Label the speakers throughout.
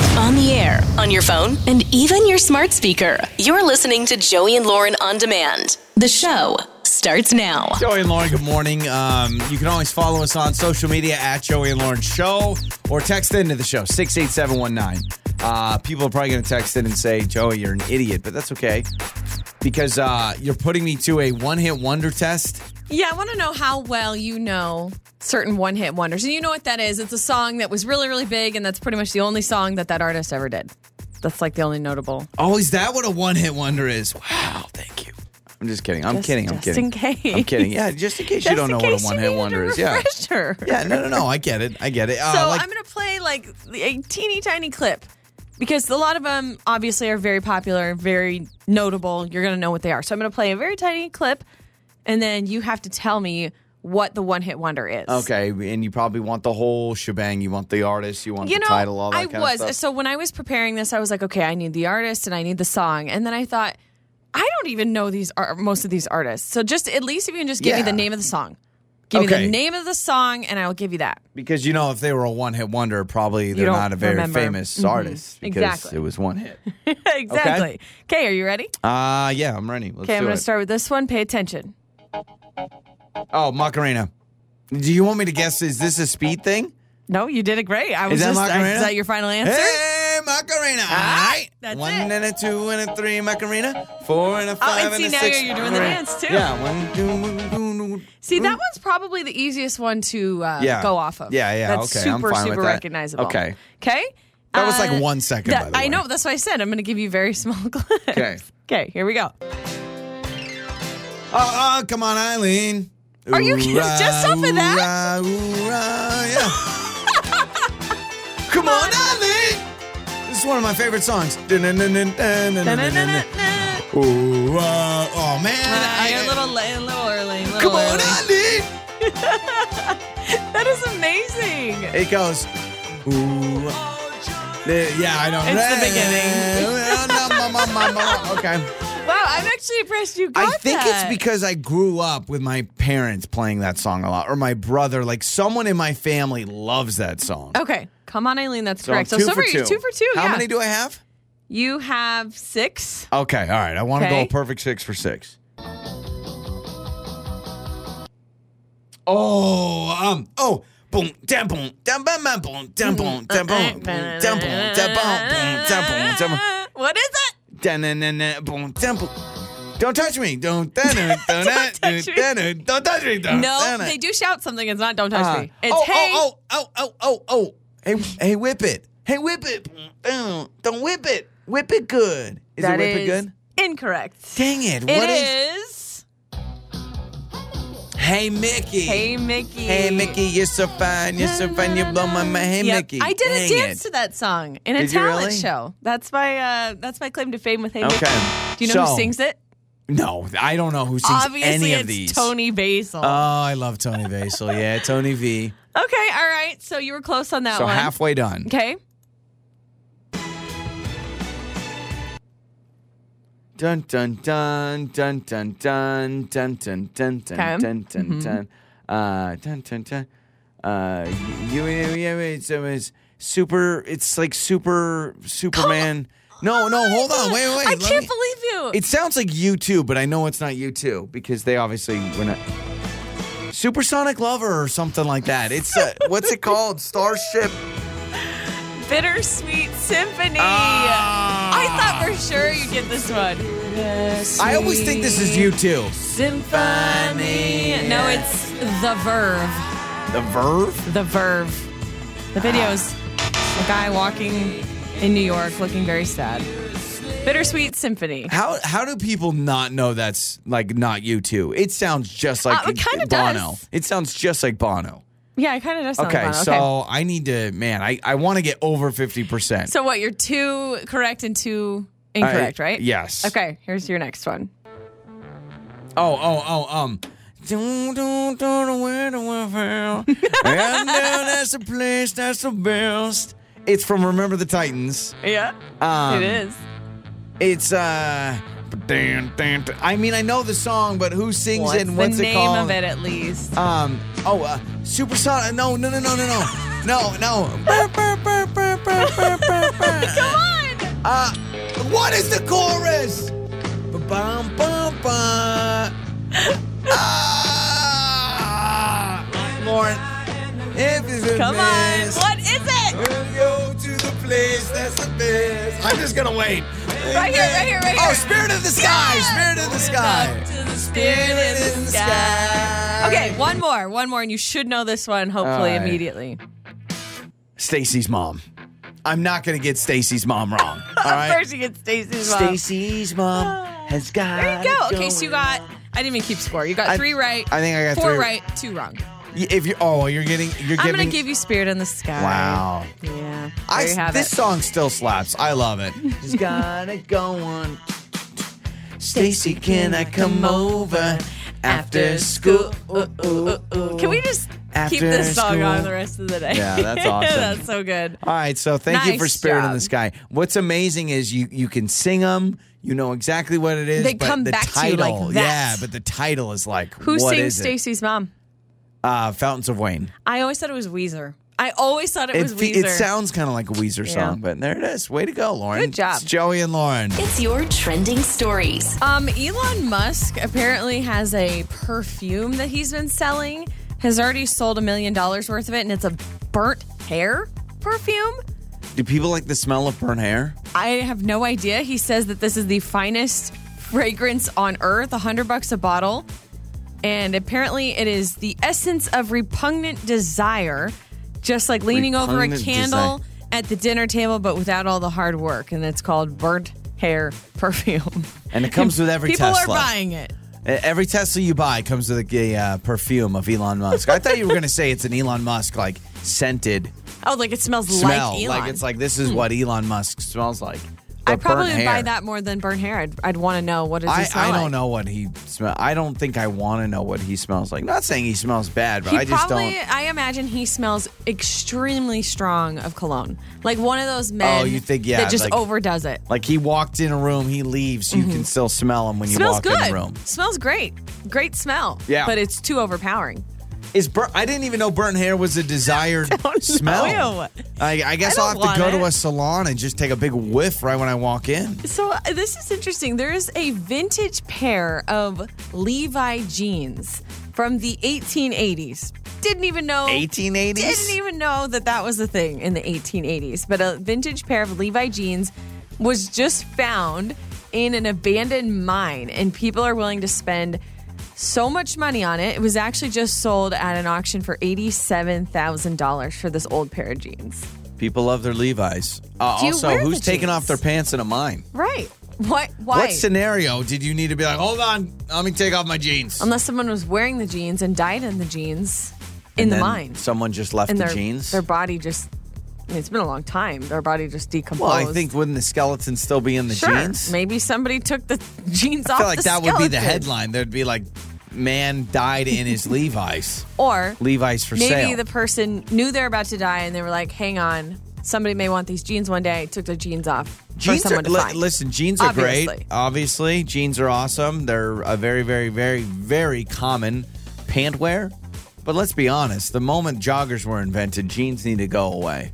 Speaker 1: the air, on your phone, and even your smart speaker. You're listening to Joey and Lauren on demand. The show starts now.
Speaker 2: Joey and Lauren, good morning. Um, you can always follow us on social media at Joey and Lauren Show or text into the show, 68719. Uh, people are probably going to text in and say, Joey, you're an idiot, but that's okay because uh, you're putting me to a one hit wonder test.
Speaker 3: Yeah, I want to know how well you know certain one hit wonders. And you know what that is? It's a song that was really, really big, and that's pretty much the only song that that artist ever did. That's like the only notable.
Speaker 2: Oh, is that what a one hit wonder is? Wow, thank you. I'm just kidding. I'm
Speaker 3: Just-
Speaker 2: kidding. I'm
Speaker 3: just
Speaker 2: kidding.
Speaker 3: in case.
Speaker 2: I'm kidding. Yeah, just in case
Speaker 3: Just
Speaker 2: you don't
Speaker 3: in
Speaker 2: know what a
Speaker 3: case you
Speaker 2: one hit
Speaker 3: needed a
Speaker 2: wonder is. Yeah.
Speaker 3: refresher.
Speaker 2: Yeah, no, no, no. I get it. I get it. Uh,
Speaker 3: So
Speaker 2: like-
Speaker 3: I'm going to play like a teeny tiny clip because a lot of them obviously are very popular, very notable. You're going to know what they are. So I'm going to play a very tiny clip, and then you have to tell me what the one hit wonder is.
Speaker 2: Okay, and you probably want the whole shebang. You want the artist, you want
Speaker 3: you
Speaker 2: the
Speaker 3: know,
Speaker 2: title, all that
Speaker 3: I
Speaker 2: kind
Speaker 3: was
Speaker 2: of stuff.
Speaker 3: so when I was preparing this, I was like, okay, I need the artist and I need the song, and then I thought, I don't even know these ar- most of these artists. So just at least if you can just give me
Speaker 2: Yeah.
Speaker 3: the name of the song, give me
Speaker 2: Okay.
Speaker 3: the name of the song, and I'll give you that.
Speaker 2: Because you know, if they were a one hit wonder, probably they're
Speaker 3: don't
Speaker 2: not a very
Speaker 3: remember.
Speaker 2: famous
Speaker 3: Mhm.
Speaker 2: artist because
Speaker 3: Exactly.
Speaker 2: it was one hit.
Speaker 3: exactly. Okay, are you ready?
Speaker 2: Uh yeah, I'm ready. Let's
Speaker 3: Okay, I'm
Speaker 2: do
Speaker 3: going
Speaker 2: it.
Speaker 3: to start with this one. Pay attention.
Speaker 2: oh, Macarena. Do you want me to guess? Is this a speed thing?
Speaker 3: No, you did it great. I was
Speaker 2: that
Speaker 3: just. I-
Speaker 2: Macarena?
Speaker 3: is that your final answer?
Speaker 2: Hey, Macarena!
Speaker 3: Ah,
Speaker 2: All right,
Speaker 3: that's
Speaker 2: one
Speaker 3: it.
Speaker 2: and a two and a three, Macarena. Four and a
Speaker 3: Oh,
Speaker 2: five
Speaker 3: and see
Speaker 2: a
Speaker 3: now
Speaker 2: six.
Speaker 3: you're, you're doing the
Speaker 2: Macarena.
Speaker 3: dance too.
Speaker 2: Yeah, one, two, two, two.
Speaker 3: See, that one's probably the easiest one to uh,
Speaker 2: Mm. Yeah.
Speaker 3: go off of.
Speaker 2: Yeah, yeah,
Speaker 3: That's
Speaker 2: okay, I'm
Speaker 3: super,
Speaker 2: fine with
Speaker 3: super
Speaker 2: that.
Speaker 3: recognizable.
Speaker 2: Okay.
Speaker 3: Okay.
Speaker 2: That was like one second,
Speaker 3: Uh, that-
Speaker 2: by the
Speaker 3: I
Speaker 2: way.
Speaker 3: know. That's why I said I'm going to give you very small clips.
Speaker 2: Okay.
Speaker 3: Okay. Here we go.
Speaker 2: Oh, oh, come on, Eileen.
Speaker 3: Are you kidding? Just off of that?
Speaker 2: Ooh, yeah. come on, Eileen. This is one of my favorite songs.
Speaker 3: Na-na-na-na-na.
Speaker 2: Ooh, ah, oh man.
Speaker 3: Uh,
Speaker 2: I-
Speaker 3: you're a little, la- a little early. a little
Speaker 2: Come on,
Speaker 3: early.
Speaker 2: Eileen.
Speaker 3: That is amazing.
Speaker 2: It goes. Ooh. eh, Yeah, I oh, don't.
Speaker 3: Oh, It's the beginning.
Speaker 2: beginning. okay.
Speaker 3: Wow, I'm actually impressed you got
Speaker 2: I think
Speaker 3: that.
Speaker 2: it's because I grew up with my parents playing that song a lot, or my brother. Like someone in my family loves that song.
Speaker 3: Okay. Come on, Eileen. That's
Speaker 2: So I'm
Speaker 3: Oh, correct. so,
Speaker 2: two
Speaker 3: so
Speaker 2: for
Speaker 3: far, you're
Speaker 2: two.
Speaker 3: two for two.
Speaker 2: How
Speaker 3: yeah.
Speaker 2: many do I have?
Speaker 3: you have six.
Speaker 2: Okay, all right. I want to go
Speaker 3: Okay.
Speaker 2: a perfect six for six. Oh, um, oh, boom, dam, boom, dam, bam, bam, boom, dam, boom,
Speaker 3: Mm.
Speaker 2: dam,
Speaker 3: Uh,
Speaker 2: boom, boom, dam, boom, dam, boom, boom, dam, boom, dam, boom.
Speaker 3: What is it?
Speaker 2: Da-na-na-na, boom, temple. Don't touch me. Don't da-na, da-na,
Speaker 3: Don't touch me.
Speaker 2: da-na, don't touch me. Don't,
Speaker 3: No,
Speaker 2: da-na.
Speaker 3: they do shout something. It's not "Don't touch
Speaker 2: Uh,
Speaker 3: me." It's
Speaker 2: oh,
Speaker 3: "Hey,
Speaker 2: oh, oh, oh, oh, oh, oh. Hey, hey, whip it. Hey, whip it. Don't, don't whip it. Whip it good. Is
Speaker 3: That
Speaker 2: it whip it
Speaker 3: is
Speaker 2: good?
Speaker 3: Incorrect.
Speaker 2: Dang it.
Speaker 3: It
Speaker 2: What is?
Speaker 3: is.
Speaker 2: Hey, Mickey.
Speaker 3: Hey, Mickey.
Speaker 2: Hey, Mickey. You're so fine. You're so fine. You blow my mind. Hey,
Speaker 3: Yep.
Speaker 2: Mickey.
Speaker 3: I did
Speaker 2: Dang
Speaker 3: a dance
Speaker 2: it.
Speaker 3: to that song in a
Speaker 2: Did you
Speaker 3: talent
Speaker 2: really?
Speaker 3: show. That's my uh, that's my claim to fame with Hey
Speaker 2: Okay.
Speaker 3: Mickey. Do you know
Speaker 2: So,
Speaker 3: who sings it?
Speaker 2: No, I don't know who sings
Speaker 3: Obviously,
Speaker 2: any
Speaker 3: it's
Speaker 2: of these.
Speaker 3: Tony Basil.
Speaker 2: Oh, I love Tony Basil. Yeah, Tony V.
Speaker 3: okay, all right. So you were close on that
Speaker 2: So
Speaker 3: one.
Speaker 2: halfway done.
Speaker 3: Okay.
Speaker 2: Dun dun dun dun dun dun dun dun dun dun
Speaker 3: Okay.
Speaker 2: dun
Speaker 3: Mm-hmm.
Speaker 2: dun dun. Uh, dun dun dun. Uh, you you you it's, it was super. It's like super Superman. No no hold on wait wait.
Speaker 3: I
Speaker 2: let
Speaker 3: can't
Speaker 2: me-
Speaker 3: believe you.
Speaker 2: It sounds like you too, but I know it's not you too because they obviously were not. Supersonic Lover or something like that. It's uh what's it called? Starship.
Speaker 3: Bittersweet Symphony.
Speaker 2: Ah.
Speaker 3: I thought for sure you'd get this one.
Speaker 2: I always think this is you too.
Speaker 3: Symphony. No, it's The Verve.
Speaker 2: The Verve.
Speaker 3: The Verve. The videos. A guy walking in New York looking very sad. Bittersweet Symphony.
Speaker 2: How how do people not know that's like not you too? It sounds just like
Speaker 3: Uh, it kinda
Speaker 2: Bono.
Speaker 3: does.
Speaker 2: It sounds just like Bono.
Speaker 3: Yeah, it kind of does sound
Speaker 2: Okay,
Speaker 3: fun.
Speaker 2: so I need to man, I, I want to get over fifty percent.
Speaker 3: So what? You're two correct and two incorrect,
Speaker 2: I-
Speaker 3: right?
Speaker 2: yes.
Speaker 3: Okay, here's your next one.
Speaker 2: Oh oh oh um. Don't don't don't know where to and now that's the place that's the best. It's from Remember the Titans.
Speaker 3: Yeah,
Speaker 2: Um,
Speaker 3: it is.
Speaker 2: It's uh. Dan, dan, dan. I mean, I know the song, but who sings
Speaker 3: What's
Speaker 2: it and what's
Speaker 3: the
Speaker 2: it
Speaker 3: name
Speaker 2: called?
Speaker 3: of it, at least?
Speaker 2: Um. Oh, uh, supersonic. No, no, no, no, no, no, no, no. Burr, burr, burr, burr, burr, burr, burr, burr. Uh, what is the chorus? Ba-bum, bum, bum. Ah! Lauren, if it's a
Speaker 3: Come on.
Speaker 2: mess,
Speaker 3: What is it?
Speaker 2: we'll go to the place that's the best. I'm just gonna wait.
Speaker 3: Right here, right here, right
Speaker 2: Oh,
Speaker 3: here.
Speaker 2: Spirit of the Sky! Spirit of the Sky!
Speaker 3: Spirit in the sky. Okay, one more, one more, and you should know this one hopefully
Speaker 2: All right.
Speaker 3: immediately.
Speaker 2: Stacy's mom. I'm not gonna get Stacy's mom wrong. All right.
Speaker 3: First you get Stacy's mom.
Speaker 2: Stacy's mom has got.
Speaker 3: There you go.
Speaker 2: it
Speaker 3: Okay, so you
Speaker 2: going
Speaker 3: got. I didn't even keep score. You got
Speaker 2: I-
Speaker 3: three right.
Speaker 2: I think I got
Speaker 3: four
Speaker 2: three.
Speaker 3: right, two wrong.
Speaker 2: Y- If you oh, you're getting you're
Speaker 3: I'm
Speaker 2: giving.
Speaker 3: gonna give you Spirit in the Sky.
Speaker 2: Wow.
Speaker 3: Yeah.
Speaker 2: I,
Speaker 3: there you have
Speaker 2: this
Speaker 3: it.
Speaker 2: song still slaps. I love it. She's got it going. Stacy, can I come over after school?
Speaker 3: Can we just
Speaker 2: After
Speaker 3: keep this song
Speaker 2: school.
Speaker 3: on the rest of the day?
Speaker 2: Yeah, that's awesome.
Speaker 3: that's so good.
Speaker 2: All right, so thank you for
Speaker 3: Nice
Speaker 2: Spirit in
Speaker 3: job.
Speaker 2: the Sky. What's amazing is you you can sing them. You know exactly what it is.
Speaker 3: They
Speaker 2: but
Speaker 3: come
Speaker 2: the
Speaker 3: back to you
Speaker 2: title,
Speaker 3: like that.
Speaker 2: Yeah, but the title is like
Speaker 3: Who
Speaker 2: what
Speaker 3: sings
Speaker 2: is it?
Speaker 3: Stacy's mom?
Speaker 2: Uh, Fountains of Wayne.
Speaker 3: I always thought it was Weezer. I always thought it,
Speaker 2: It,
Speaker 3: was
Speaker 2: fe-
Speaker 3: Weezer.
Speaker 2: it sounds kind of like a Weezer
Speaker 3: Yeah.
Speaker 2: song, but there it is. Way to go, Lauren.
Speaker 3: Good job.
Speaker 2: It's Joey and Lauren.
Speaker 1: It's your trending stories.
Speaker 3: Um, Elon Musk apparently has a perfume that he's been selling. Has already sold a million dollars worth of it, and it's a burnt hair perfume.
Speaker 2: Do people like the smell of burnt hair?
Speaker 3: I have no idea. He says that this is the finest fragrance on earth, a hundred bucks a bottle, and apparently it is the essence of repugnant desire, just like leaning over a
Speaker 2: Repugnant
Speaker 3: candle at the dinner table, but without all the hard work, and it's called burnt hair perfume.
Speaker 2: And it comes with every
Speaker 3: People
Speaker 2: Tesla.
Speaker 3: are buying it.
Speaker 2: E- Every Tesla you buy comes with a, a, uh, perfume of Elon Musk. I thought you were going to say it's an Elon Musk like scented
Speaker 3: Oh, like it smells
Speaker 2: smell.
Speaker 3: like
Speaker 2: Like,
Speaker 3: Elon. Hmm.
Speaker 2: it's like this is what Elon Musk smells like. But
Speaker 3: I
Speaker 2: burnt
Speaker 3: probably would buy
Speaker 2: hair.
Speaker 3: that more than burnt hair. I'd, I'd want to know what does he
Speaker 2: I,
Speaker 3: smell
Speaker 2: I don't
Speaker 3: like.
Speaker 2: know what he smell. I don't think I want to know what he smells like. Not saying he smells bad, but
Speaker 3: He
Speaker 2: I just
Speaker 3: probably,
Speaker 2: don't.
Speaker 3: I imagine he smells extremely strong of cologne. Like one of those men
Speaker 2: Oh, you think, yeah,
Speaker 3: that just
Speaker 2: like-
Speaker 3: overdoes it.
Speaker 2: Like he walked in a room, he leaves. You can still smell him when you
Speaker 3: Mm-hmm. Smells
Speaker 2: walk
Speaker 3: good.
Speaker 2: in the room.
Speaker 3: Smells great. Great smell.
Speaker 2: Yeah.
Speaker 3: But it's too overpowering.
Speaker 2: Is bur- I didn't even know burnt hair was a desired smell.
Speaker 3: know.
Speaker 2: I, I guess
Speaker 3: I
Speaker 2: I'll
Speaker 3: don't
Speaker 2: have to go
Speaker 3: want
Speaker 2: to
Speaker 3: it.
Speaker 2: a salon and just take a big whiff right when I walk in.
Speaker 3: So uh, this is interesting. There is a vintage pair of Levi jeans from the 1880s. Didn't even know.
Speaker 2: 1880s?
Speaker 3: Didn't even know that that was a thing in the 1880s. But a vintage pair of Levi jeans was just found in an abandoned mine, and people are willing to spend so much money on it. It was actually just sold at an auction for $87,000 for this old pair of jeans.
Speaker 2: People love their Levi's. Uh,
Speaker 3: Do you
Speaker 2: also,
Speaker 3: wear the
Speaker 2: who's taking
Speaker 3: jeans?
Speaker 2: off their pants in a mine?
Speaker 3: Right. What? Why?
Speaker 2: What scenario did you need to be like, hold on, let me take off my jeans?
Speaker 3: Unless someone was wearing the jeans and died in the jeans in
Speaker 2: And
Speaker 3: the
Speaker 2: then
Speaker 3: mine.
Speaker 2: Someone just left
Speaker 3: and
Speaker 2: the
Speaker 3: their,
Speaker 2: jeans.
Speaker 3: Their body just, I mean, it's been a long time. Their body just decomposed.
Speaker 2: well, I think wouldn't the skeleton still be in the
Speaker 3: sure.
Speaker 2: jeans?
Speaker 3: Maybe somebody took the jeans
Speaker 2: I
Speaker 3: off
Speaker 2: feel like
Speaker 3: the
Speaker 2: that would be the
Speaker 3: skeleton.
Speaker 2: headline. There'd be like, man died in his Levi's.
Speaker 3: Or
Speaker 2: Levi's for
Speaker 3: maybe
Speaker 2: sale.
Speaker 3: the person knew they were about to die and they were like, hang on, somebody may want these jeans one day, took their jeans off
Speaker 2: Jeans
Speaker 3: for someone
Speaker 2: are,
Speaker 3: to
Speaker 2: li-
Speaker 3: find.
Speaker 2: listen, jeans are great.
Speaker 3: Obviously.
Speaker 2: Obviously, jeans are awesome. They're a very, very, very, very common pant wear. But let's be honest, the moment joggers were invented, jeans need to go away.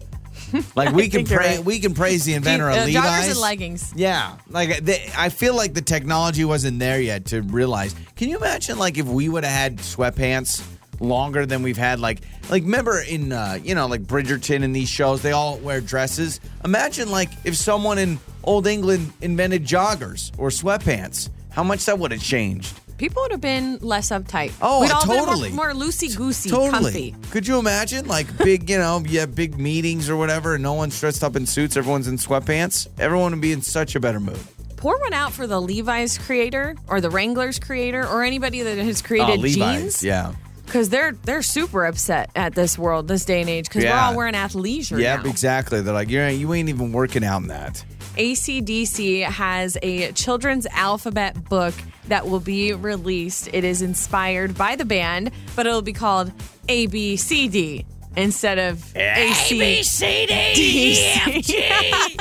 Speaker 2: Like we can
Speaker 3: think you're
Speaker 2: pray,
Speaker 3: right.
Speaker 2: we can praise the inventor of
Speaker 3: Uh,
Speaker 2: Levi's.
Speaker 3: joggers and leggings.
Speaker 2: Yeah, like they, I feel like the technology wasn't there yet to realize. Can you imagine like if we would have had sweatpants longer than we've had like like remember in uh, you know like Bridgerton and these shows they all wear dresses. Imagine like if someone in old England invented joggers or sweatpants, how much that would have changed.
Speaker 3: People would have been less uptight.
Speaker 2: Oh,
Speaker 3: We'd all
Speaker 2: totally.
Speaker 3: been more, more loosey goosey,
Speaker 2: Totally.
Speaker 3: comfy.
Speaker 2: Could you imagine like big you know yeah big meetings or whatever and no one's dressed up in suits, everyone's in sweatpants. Everyone would be in such a better mood.
Speaker 3: pour one out for the Levi's creator or the Wranglers creator or anybody that has created jeans
Speaker 2: Oh, yeah.
Speaker 3: because they're they're super upset at this world this day and age because we're
Speaker 2: Yeah.
Speaker 3: all wearing athleisure
Speaker 2: Yep,
Speaker 3: now.
Speaker 2: exactly. They're like, you're, you ain't even working out in that.
Speaker 3: ACDC has a children's alphabet book that will be released. It is inspired by the band, but it'll be called A B C D instead of A C
Speaker 4: C D
Speaker 3: D
Speaker 4: E F
Speaker 3: C.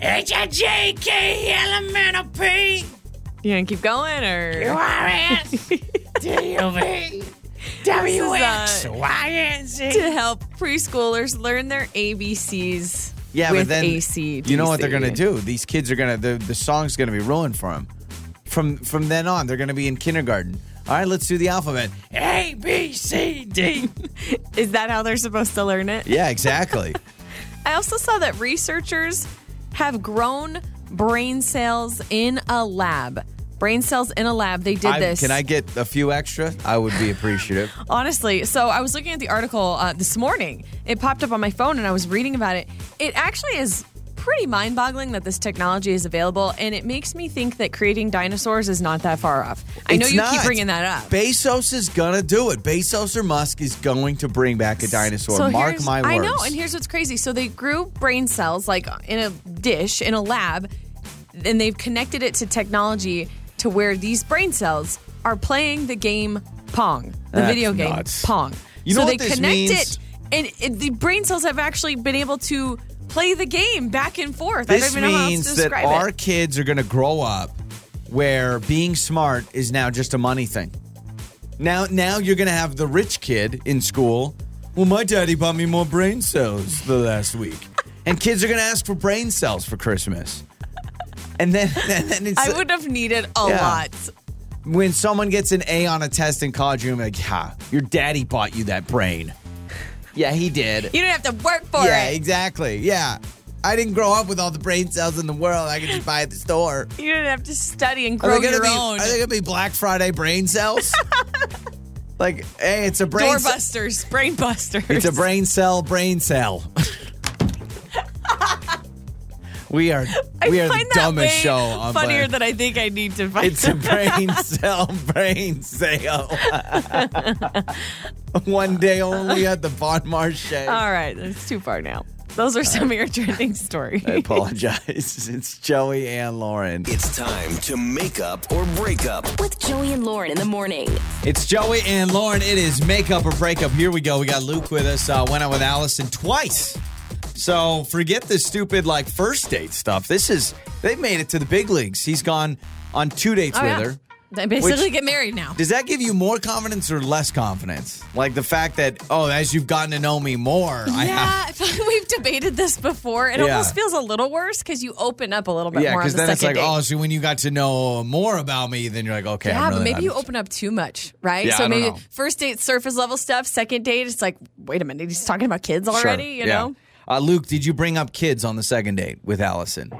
Speaker 4: H I J K E L M N O P
Speaker 3: You gonna keep going or
Speaker 4: Q R S T U V
Speaker 3: uh,
Speaker 4: W X Y and Z.
Speaker 3: to help preschoolers learn their ABCs
Speaker 2: Yeah,
Speaker 3: with
Speaker 2: but then
Speaker 3: AC/DC.
Speaker 2: you know what they're gonna do? These kids are gonna the, the song's gonna be ruined for them. From from then on, they're gonna be in kindergarten. All right, let's do the alphabet.
Speaker 4: A, B, C, D.
Speaker 3: Is that how they're supposed to learn it?
Speaker 2: Yeah, exactly.
Speaker 3: I also saw that researchers have grown brain cells in a lab. Brain cells in a lab. They did
Speaker 2: I-
Speaker 3: this.
Speaker 2: Can I get a few extra? I would be appreciative.
Speaker 3: Honestly, so I was looking at the article uh, this morning. It popped up on my phone and I was reading about it. It actually is pretty mind boggling that this technology is available, and it makes me think that creating dinosaurs is not that far off. I know
Speaker 2: It's
Speaker 3: you keep
Speaker 2: not.
Speaker 3: bringing that up.
Speaker 2: Bezos is gonna do it. Bezos or Musk is going to bring back a dinosaur.
Speaker 3: So
Speaker 2: Mark
Speaker 3: here's-
Speaker 2: my words.
Speaker 3: I know, and here's what's crazy. So they grew brain cells like in a dish in a lab, and they've connected it to technology to where these brain cells are playing the game Pong, the
Speaker 2: That's
Speaker 3: video game
Speaker 2: nuts.
Speaker 3: Pong.
Speaker 2: You
Speaker 3: so
Speaker 2: know
Speaker 3: they
Speaker 2: what this
Speaker 3: connect
Speaker 2: means?
Speaker 3: it, and it, the brain cells have actually been able to play the game back and forth. I don't
Speaker 2: this
Speaker 3: even know how else
Speaker 2: means
Speaker 3: to
Speaker 2: that
Speaker 3: describe
Speaker 2: our
Speaker 3: it.
Speaker 2: kids are gonna grow up where being smart is now just a money thing. Now now you're gonna have the rich kid in school. Well, my daddy bought me more brain cells the last week. and kids are gonna ask for brain cells for Christmas. And then, and then it's,
Speaker 3: I would have needed a
Speaker 2: Yeah.
Speaker 3: lot.
Speaker 2: when someone gets an A on a test in college, you're gonna be like, ha, your daddy bought you that brain. yeah, he did.
Speaker 3: You didn't have to work for
Speaker 2: yeah,
Speaker 3: it.
Speaker 2: exactly. Yeah. I didn't grow up with all the brain cells in the world. I could just buy at the store.
Speaker 3: You didn't have to study and
Speaker 2: Are
Speaker 3: grow
Speaker 2: they gonna
Speaker 3: your
Speaker 2: be,
Speaker 3: own.
Speaker 2: Are they gonna be Black Friday brain cells? like, hey, it's a brain cell.
Speaker 3: Doorbusters, brain busters.
Speaker 2: It's a brain cell, brain cell. we are we are the dumbest
Speaker 3: way
Speaker 2: show on
Speaker 3: funnier
Speaker 2: planet.
Speaker 3: than I think I need to find.
Speaker 2: It's a brain cell, brain sale. One day only at the Bon Marché.
Speaker 3: All right, that's too far now. Those are some of your trending stories.
Speaker 2: I apologize. It's Joey and Lauren.
Speaker 5: It's time to make up or break up.
Speaker 1: With Joey and Lauren in the morning.
Speaker 2: It's Joey and Lauren. It is makeup or breakup. Here we go. We got Luke with us. Uh, went out with Allison twice. So forget the stupid like first date stuff. This is they've made it to the big leagues. He's gone on two
Speaker 3: Oh,
Speaker 2: dates with her.
Speaker 3: They basically
Speaker 2: Which-
Speaker 3: get married now.
Speaker 2: Does that give you more confidence or less confidence? Like the fact that, oh, as you've gotten to know me more, I have.
Speaker 3: Yeah, I feel like we've debated this before. It
Speaker 2: Yeah.
Speaker 3: almost feels a little worse because you open up a little bit
Speaker 2: Yeah,
Speaker 3: more on the
Speaker 2: because then
Speaker 3: second
Speaker 2: it's like,
Speaker 3: date.
Speaker 2: oh, so when you got to know more about me, then you're like, okay,
Speaker 3: yeah,
Speaker 2: I'm
Speaker 3: but
Speaker 2: really
Speaker 3: maybe
Speaker 2: not
Speaker 3: you
Speaker 2: into-
Speaker 3: open up too much, right?
Speaker 2: Yeah,
Speaker 3: so
Speaker 2: I don't
Speaker 3: maybe
Speaker 2: know.
Speaker 3: first date surface level stuff, second date it's like, wait a minute, he's talking about kids
Speaker 2: Sure,
Speaker 3: already, you
Speaker 2: yeah.
Speaker 3: know?
Speaker 2: Uh, Luke, did you bring up kids on the second date with Allison?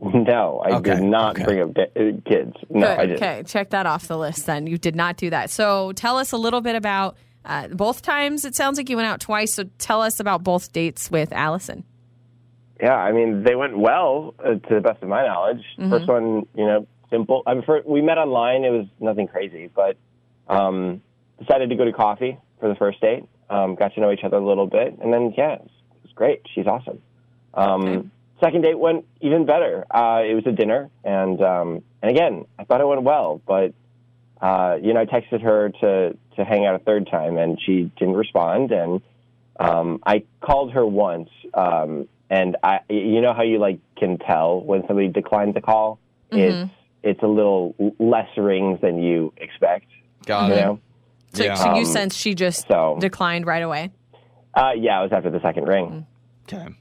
Speaker 6: No, I
Speaker 2: Okay,
Speaker 6: did not
Speaker 2: okay.
Speaker 6: bring up da- uh, kids. No,
Speaker 3: Good.
Speaker 6: I didn't.
Speaker 3: Okay, check that off the list then. You did not do that. So tell us a little bit about uh, both times. It sounds like you went out twice. So tell us about both dates with Allison.
Speaker 6: Yeah, I mean, they went well uh, to the best of my knowledge.
Speaker 3: Mm-hmm.
Speaker 6: First one, you know, simple. I mean, fir- we met online. It was nothing crazy, but um, decided to go to coffee for the first date. Um, got to know each other a little bit, and then yeah, it was, it was great. She's awesome. Um, Second date went even better. Uh, it was a dinner, and um, and again, I thought it went well, but uh, you know, I texted her to to hang out a third time, and she didn't respond. And um, I called her once, um, and I, you know how you like can tell when somebody declines a call.
Speaker 3: Mm-hmm.
Speaker 6: It's it's a little l- less rings than you expect.
Speaker 2: Got
Speaker 6: You know,
Speaker 3: So,
Speaker 2: Yeah.
Speaker 3: so you
Speaker 6: Um,
Speaker 3: sense she just
Speaker 6: so-
Speaker 3: declined right away.
Speaker 6: uh, yeah, it was after the second ring,
Speaker 3: Mm-hmm.
Speaker 2: Okay.
Speaker 6: and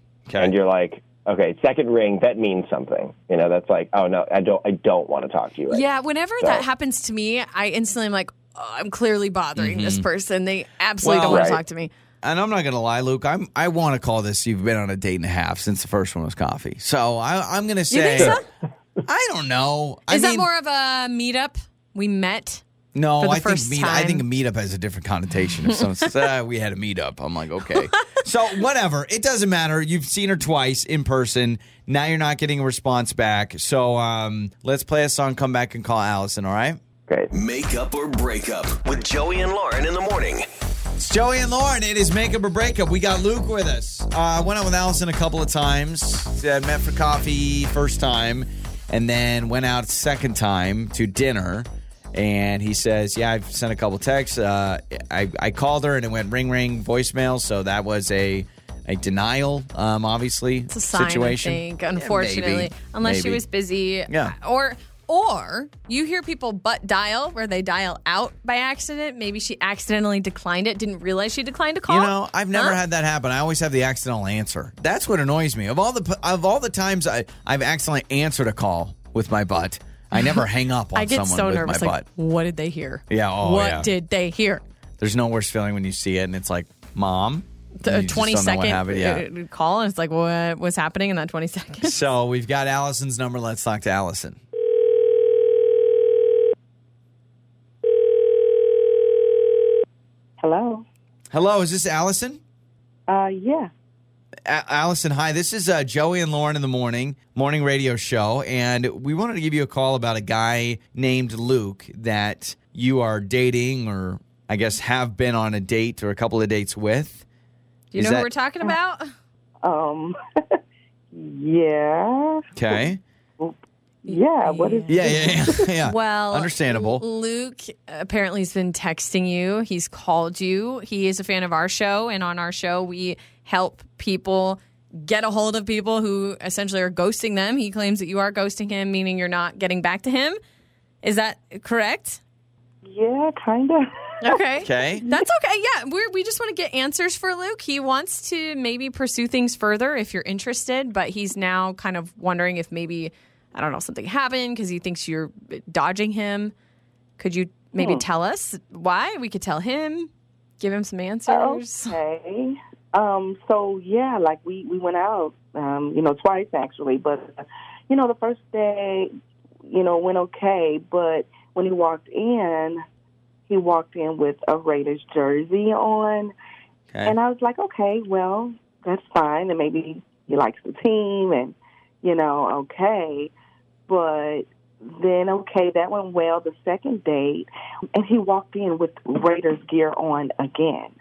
Speaker 2: Okay.
Speaker 6: you're like, okay, second ring that means something. You know, that's like, oh no, I don't, I don't want to talk to you. Right
Speaker 3: Yeah, whenever that
Speaker 6: So-
Speaker 3: happens to me, I instantly am like, oh, I'm clearly bothering this person. They absolutely
Speaker 2: Well-
Speaker 3: don't want
Speaker 6: Mm-hmm. Right.
Speaker 3: to talk to me.
Speaker 2: And I'm not gonna lie, Luke. I'm I want to call this. You've been on a date and a half since the first one was coffee. So I, I'm gonna say.
Speaker 3: think so?
Speaker 2: I don't know. I
Speaker 3: Is that
Speaker 2: mean-
Speaker 3: more of a meetup? We met.
Speaker 2: No,
Speaker 3: for the
Speaker 2: I think
Speaker 3: first
Speaker 2: meet, I think a
Speaker 3: time?
Speaker 2: meetup has a different connotation. If someone says ah, we had a meetup, I'm like, okay. so whatever, it doesn't matter. You've seen her twice in person. Now you're not getting a response back. So um, let's play a song, come back and call Allison. All right.
Speaker 6: Great.
Speaker 5: Make up or break up with Joey and Lauren in the morning.
Speaker 2: It's Joey and Lauren. It is makeup or breakup. We got Luke with us. I uh, went out with Allison a couple of times. Uh, met for coffee first time, and then went out second time to dinner. And he says, "Yeah, I've sent a couple texts. Uh, I I called her and it went ring ring voicemail. So that was a a denial. Um, obviously,
Speaker 3: It's a sign,
Speaker 2: situation.
Speaker 3: I think,
Speaker 2: Yeah,
Speaker 3: unfortunately,
Speaker 2: maybe.
Speaker 3: unless she
Speaker 2: Maybe.
Speaker 3: was busy.
Speaker 2: Yeah.
Speaker 3: Or Or you hear people butt dial where they dial out by accident. Maybe she accidentally declined it, didn't realize she declined a call.
Speaker 2: You know, I've never
Speaker 3: Huh?
Speaker 2: had that happen. I always have the accidental answer. That's what annoys me. Of all the of all the times I I've accidentally answered a call with my butt, I never hang up on
Speaker 3: I get
Speaker 2: someone
Speaker 3: so
Speaker 2: with
Speaker 3: nervous.
Speaker 2: my
Speaker 3: Like,
Speaker 2: butt.
Speaker 3: what did they hear?
Speaker 2: Yeah, oh,
Speaker 3: what
Speaker 2: yeah.
Speaker 3: did they hear?
Speaker 2: There's no worse feeling when you see it and it's like, mom,
Speaker 3: The
Speaker 2: And you just
Speaker 3: twenty
Speaker 2: don't know what
Speaker 3: second
Speaker 2: happened. Yeah.
Speaker 3: uh, call, and it's like, what was happening in that twenty seconds?
Speaker 2: So we've got Allison's number. Let's talk to Allison.
Speaker 7: Hello.
Speaker 2: Hello, is this Allison?
Speaker 7: Uh, yeah.
Speaker 2: A- Allison, hi. This is uh, Joey and Lauren in the morning morning radio show, and we wanted to give you a call about a guy named Luke that you are dating, or I guess have been on a date or a couple of dates with.
Speaker 3: Do you
Speaker 2: Is
Speaker 3: know
Speaker 2: that-
Speaker 3: who we're talking about?
Speaker 7: Um, yeah.
Speaker 2: Okay.
Speaker 7: Yeah. What is?
Speaker 2: Yeah, yeah, yeah. yeah.
Speaker 3: Well,
Speaker 2: understandable.
Speaker 3: L- Luke apparently has been texting you. He's called you. He is a fan of our show, and on our show, we help people get a hold of people who essentially are ghosting them. He claims that you are ghosting him, meaning you're not getting back to him. Is that correct?
Speaker 7: Yeah, kind of.
Speaker 3: Okay.
Speaker 2: Okay.
Speaker 3: That's okay. Yeah, we we just want to get answers for Luke. He wants to maybe pursue things further if you're interested, but he's now kind of wondering if maybe I don't know something happened because he thinks you're dodging him. Could you maybe tell us why? We could tell him, give him some answers.
Speaker 7: Okay. Um. So yeah, like we we went out. Um. You know, twice actually, but uh, you know, the first day, you know, went okay, but when he walked in, he walked in with a Raiders jersey on,
Speaker 2: Okay.
Speaker 7: And I was like, okay, well, that's fine. And maybe he likes the team and, you know, okay. But then, okay, that went well the second date. And he walked in with Raiders gear on again.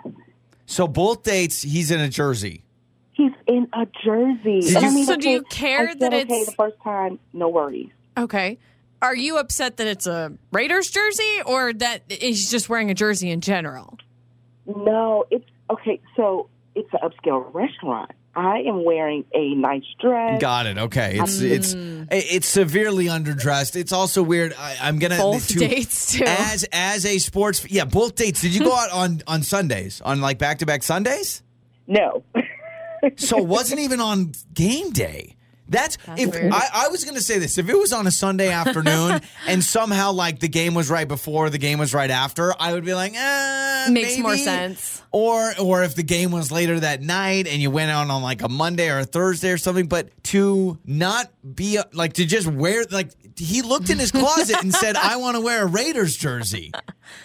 Speaker 2: So both dates, he's in a jersey.
Speaker 7: He's in a jersey.
Speaker 2: Did
Speaker 7: And
Speaker 2: you-
Speaker 7: I mean,
Speaker 3: So do
Speaker 7: okay,
Speaker 3: you care
Speaker 7: I said,
Speaker 3: that
Speaker 7: okay,
Speaker 3: it's-
Speaker 7: the first time? No worries.
Speaker 3: Okay. Are you upset that it's a Raiders jersey or that he's just wearing a jersey in general?
Speaker 7: No, it's okay. So it's an upscale restaurant. I am wearing a nice dress.
Speaker 2: Got it. Okay. It's
Speaker 3: Mm.
Speaker 2: it's it's severely underdressed. It's also weird. I, I'm gonna
Speaker 3: Both
Speaker 2: to-
Speaker 3: dates, too.
Speaker 2: As as a sports, yeah, both dates. Did you go out on on Sundays on like back to back Sundays?
Speaker 7: No.
Speaker 2: So it wasn't even on game day. That's, if
Speaker 3: weird.
Speaker 2: I, I was gonna say this. If it was on a Sunday afternoon and somehow like the game was right before, the game was right after, I would be like, eh,
Speaker 3: Makes more
Speaker 2: maybe.
Speaker 3: sense.
Speaker 2: Or or if the game was later that night and you went out on like a Monday or a Thursday or something, but to not be like to just wear like he looked in his closet and said, I want to wear a Raiders jersey.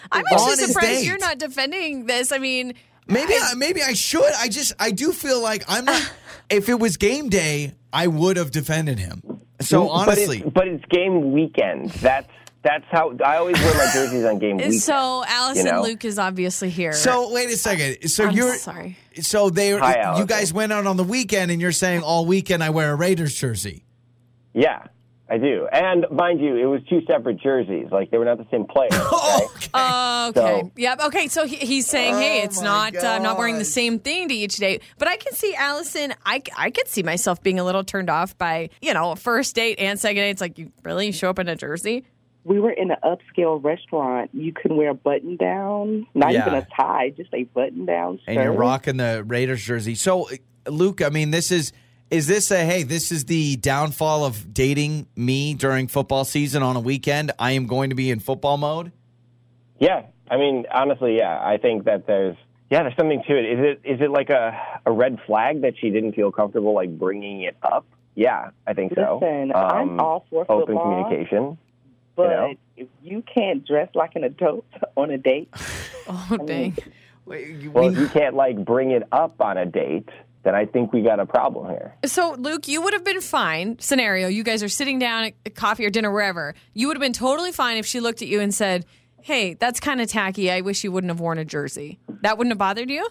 Speaker 3: I'm actually
Speaker 2: On his
Speaker 3: surprised
Speaker 2: date.
Speaker 3: you're not defending this. I mean,
Speaker 2: Maybe I, maybe I should. I just I do feel like I'm not. if it was game day, I would have defended him. So honestly,
Speaker 6: but it's, but it's game weekend. That's that's how I always wear my jerseys on game weekend.
Speaker 3: So Alice
Speaker 6: you know?
Speaker 3: and Luke is obviously here.
Speaker 2: so wait a second. So
Speaker 3: I'm
Speaker 2: you're
Speaker 3: sorry.
Speaker 2: So they
Speaker 6: Hi,
Speaker 2: you
Speaker 6: Allison.
Speaker 2: guys went out on the weekend, and you're saying all weekend I wear a Raiders jersey.
Speaker 6: yeah, I do. And mind you, it was two separate jerseys. Like they were not the same player.
Speaker 2: Oh,
Speaker 3: Okay.
Speaker 6: So-
Speaker 3: Yep. Okay. So he, he's saying, "Hey, it's not. Uh, I'm not wearing the same thing to each date." But I can see Allison. I I could see myself being a little turned off by you know a first date and second date. It's like you really show up in a jersey.
Speaker 7: we were in an upscale restaurant. You couldn't wear a button down, not
Speaker 2: Yeah.
Speaker 7: even a tie, just a button down shirt.
Speaker 2: and you're rocking the Raiders jersey. So Luke, I mean, this is is this a hey? This is the downfall of dating me during football season on a weekend. I am going to be in football mode.
Speaker 6: Yeah, I mean, honestly, yeah, I think that there's yeah, there's something to it. Is it is it like a a red flag that she didn't feel comfortable like bringing it up? Yeah, I think so. Um,
Speaker 7: Listen, I'm all for
Speaker 6: open
Speaker 7: football.
Speaker 6: communication.
Speaker 7: But
Speaker 6: know?
Speaker 7: if you can't dress like an adult on a date,
Speaker 3: Oh, dang.
Speaker 6: Well, if you can't like bring it up on a date, then I think we got a problem here.
Speaker 3: So Luke, you would have been fine. Scenario: You guys are sitting down at coffee or dinner, wherever. You would have been totally fine if she looked at you and said, "Hey, that's kind of tacky. I wish you wouldn't have worn a jersey." That wouldn't have bothered you.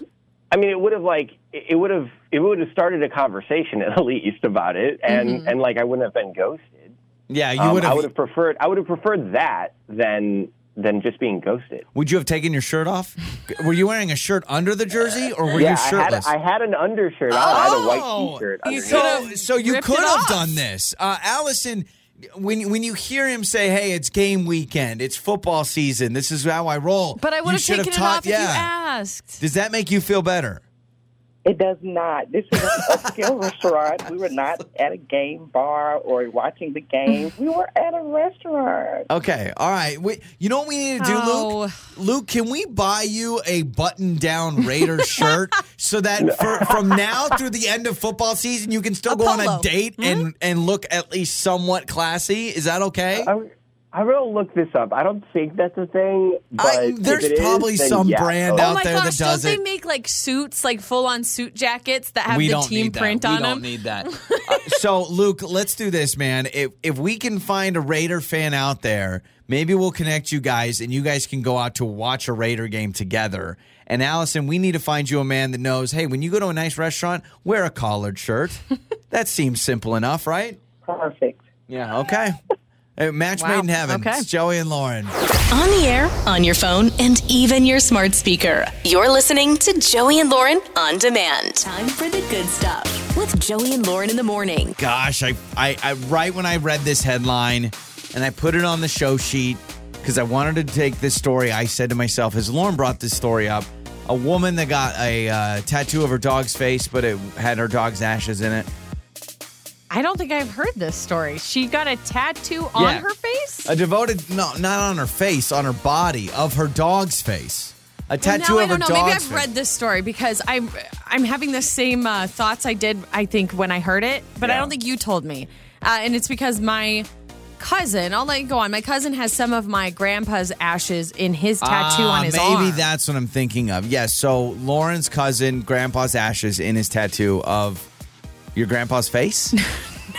Speaker 6: I mean, it would have like it would have it would have started a conversation at least about it, and and like I wouldn't have been ghosted.
Speaker 2: Yeah, Mm-hmm. you
Speaker 6: Um,
Speaker 2: would
Speaker 6: I
Speaker 2: have.
Speaker 6: would have preferred I would have preferred that than than just being ghosted.
Speaker 2: Would you have taken your shirt off? were you wearing a shirt under the jersey, or were you
Speaker 6: yeah, I had
Speaker 2: shirtless?
Speaker 6: I had an undershirt on. I had a
Speaker 2: Oh,
Speaker 6: white T-shirt.
Speaker 3: you
Speaker 6: underneath.
Speaker 3: could have
Speaker 2: so, so you
Speaker 3: ripped
Speaker 2: could
Speaker 3: it
Speaker 2: have
Speaker 3: off.
Speaker 2: done this, uh, Allison. when when you hear him say, "Hey, it's game weekend. It's football season. This is how I roll."
Speaker 3: But I
Speaker 2: you
Speaker 3: would have
Speaker 2: should
Speaker 3: taken it
Speaker 2: taught-
Speaker 3: off if you asked.
Speaker 2: Does that make you feel better?
Speaker 7: It does not. This is an upscale restaurant. We were not at a game bar or watching the game. We were at a restaurant.
Speaker 2: Okay. All right. We, you know what we need to do, Luke?
Speaker 3: Oh.
Speaker 2: Luke, can we buy you a button-down Raider shirt so that for, from now through the end of football season, you can still
Speaker 3: A
Speaker 2: go on
Speaker 3: polo. Hmm?
Speaker 2: a date and and look at least somewhat classy? Is that okay?
Speaker 6: I, I will look this up. I don't think that's a thing, but
Speaker 2: I-
Speaker 6: if
Speaker 2: there's
Speaker 6: it is,
Speaker 2: probably
Speaker 6: then
Speaker 2: some
Speaker 6: yeah.
Speaker 2: brand
Speaker 6: Oh,
Speaker 2: out
Speaker 3: oh my
Speaker 2: there that
Speaker 3: gosh,
Speaker 2: does
Speaker 3: don't
Speaker 2: it.
Speaker 3: they make like suits, like full on suit jackets that have
Speaker 2: we
Speaker 3: the
Speaker 2: don't
Speaker 3: team
Speaker 2: need that.
Speaker 3: print
Speaker 2: we
Speaker 3: on
Speaker 2: don't
Speaker 3: them?
Speaker 2: need that. Uh, so, Luke, let's do this, man. If if we can find a Raider fan out there, maybe we'll connect you guys, and you guys can go out to watch a Raider game together. And Allison, we need to find you a man that knows. Hey, when you go to a nice restaurant, wear a collared shirt. that seems simple enough, right?
Speaker 7: Perfect.
Speaker 2: Yeah. Okay. Uh, Match
Speaker 3: Wow,
Speaker 2: made in heaven.
Speaker 3: okay.
Speaker 2: It's Joey and Lauren.
Speaker 1: On the air, on your phone, and even your smart speaker. You're listening to Joey and Lauren on demand. Time for the good stuff with Joey and Lauren in the morning.
Speaker 2: gosh, I, I, I right when I read this headline and I put it on the show sheet because I wanted to take this story, I said to myself, as Lauren brought this story up, a woman that got a uh, tattoo of her dog's face, but it had her dog's ashes in it.
Speaker 3: I don't think I've heard this story. She got a tattoo on
Speaker 2: Yeah.
Speaker 3: her face?
Speaker 2: A devoted, no, not on her face, on her body, of her dog's face. A
Speaker 3: Well,
Speaker 2: tattoo
Speaker 3: now I
Speaker 2: of her
Speaker 3: don't know.
Speaker 2: dog's
Speaker 3: Maybe I've
Speaker 2: face.
Speaker 3: read this story because I'm I'm having the same uh, thoughts I did I think when I heard it, but I
Speaker 2: Yeah.
Speaker 3: don't think you told me. Uh, and it's because my cousin. I'll let you go on. My cousin has some of my grandpa's ashes in his tattoo
Speaker 2: Ah,
Speaker 3: on his
Speaker 2: maybe
Speaker 3: arm.
Speaker 2: that's what I'm thinking of. Yes. so Lauren's cousin, grandpa's ashes in his tattoo of your grandpa's face.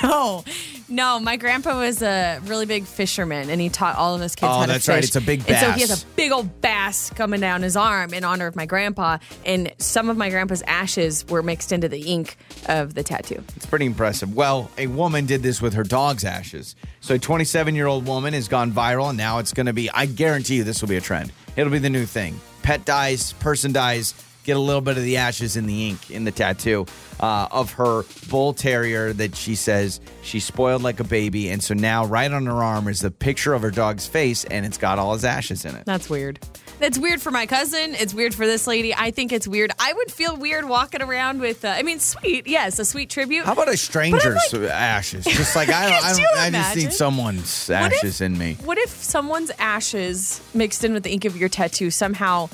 Speaker 3: No, Oh, no. My grandpa was a really big fisherman, and he taught all of us kids
Speaker 2: Oh,
Speaker 3: how to
Speaker 2: that's right.
Speaker 3: fish.
Speaker 2: It's a big
Speaker 3: And so he
Speaker 2: bass.
Speaker 3: has a big old bass coming down his arm in honor of my grandpa, and some of my grandpa's ashes were mixed into the ink of the tattoo.
Speaker 2: It's pretty impressive. Well, a woman did this with her dog's ashes. So a 27 year old woman has gone viral, and now it's going to be, I guarantee you, this will be a trend. It'll be the new thing. Pet dies, person dies, get a little bit of the ashes in the ink, in the tattoo uh, of her bull terrier that she says she spoiled like a baby. And so now, right on her arm is the picture of her dog's face, and it's got all his ashes in it.
Speaker 3: That's weird. That's weird for my cousin. It's weird for this lady. I think it's weird. I would feel weird walking around with. Uh, I mean, sweet. Yes, a sweet tribute.
Speaker 2: How about a stranger's ashes? Just like, I, don't, I,
Speaker 3: Could
Speaker 2: don't,
Speaker 3: you
Speaker 2: I just
Speaker 3: imagine?
Speaker 2: need someone's
Speaker 3: What if-
Speaker 2: ashes in me.
Speaker 3: What if someone's ashes mixed in with the ink of your tattoo somehow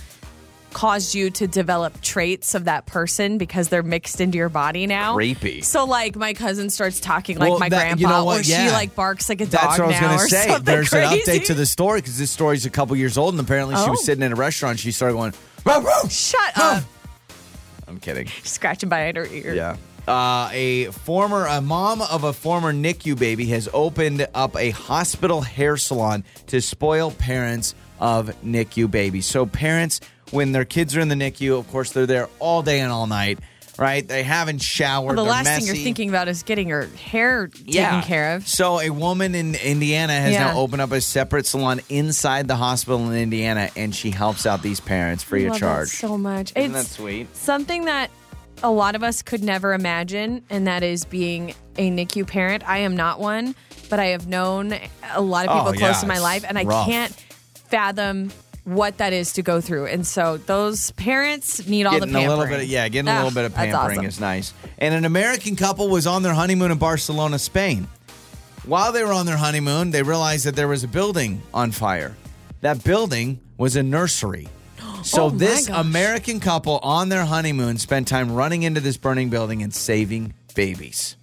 Speaker 3: caused you to develop traits of that person because they're mixed into your body now?
Speaker 2: Creepy.
Speaker 3: So like my cousin starts talking like
Speaker 2: Well,
Speaker 3: my
Speaker 2: that-
Speaker 3: grandpa,
Speaker 2: you know what?
Speaker 3: or
Speaker 2: Yeah.
Speaker 3: she like barks like a
Speaker 2: That's
Speaker 3: dog
Speaker 2: what I was
Speaker 3: now,
Speaker 2: gonna
Speaker 3: or
Speaker 2: say.
Speaker 3: something
Speaker 2: There's
Speaker 3: crazy.
Speaker 2: an update to the story because this story's a couple years old, and apparently she was
Speaker 3: Oh.
Speaker 2: sitting in a restaurant. She started going, "Row, row."
Speaker 3: Shut up!
Speaker 2: I'm kidding.
Speaker 3: Scratching behind her ear.
Speaker 2: Yeah. Uh, a former, a mom of a former NICU baby has opened up a hospital hair salon to spoil parents of NICU babies. So parents, when their kids are in the NICU, of course they're there all day and all night, right? They haven't showered.
Speaker 3: The
Speaker 2: they're
Speaker 3: last thing
Speaker 2: messy.
Speaker 3: you're thinking about is getting your hair taken care of.
Speaker 2: So a woman in Indiana has
Speaker 3: Yeah.
Speaker 2: now opened up a separate salon inside the hospital in Indiana, and she helps out these parents free
Speaker 3: love
Speaker 2: of
Speaker 3: that
Speaker 2: charge.
Speaker 3: so much.
Speaker 2: Isn't
Speaker 3: it's
Speaker 2: that sweet?
Speaker 3: Something that a lot of us could never imagine, and that is being a NICU parent. I am not one, but I have known a lot of
Speaker 2: Oh,
Speaker 3: people close
Speaker 2: yeah,
Speaker 3: to my
Speaker 2: it's
Speaker 3: life, and I
Speaker 2: rough.
Speaker 3: can't fathom what that is to go through. And so those parents need all
Speaker 2: getting
Speaker 3: the
Speaker 2: a
Speaker 3: pampering.
Speaker 2: little bit, of, yeah, getting a
Speaker 3: Ah,
Speaker 2: little bit of
Speaker 3: that's
Speaker 2: pampering
Speaker 3: awesome.
Speaker 2: is nice. And an American couple was on their honeymoon in Barcelona, Spain. While they were on their honeymoon, they realized that there was a building on fire. That building was a nursery. So
Speaker 3: Oh my
Speaker 2: this
Speaker 3: gosh.
Speaker 2: American couple on their honeymoon spent time running into this burning building and saving babies.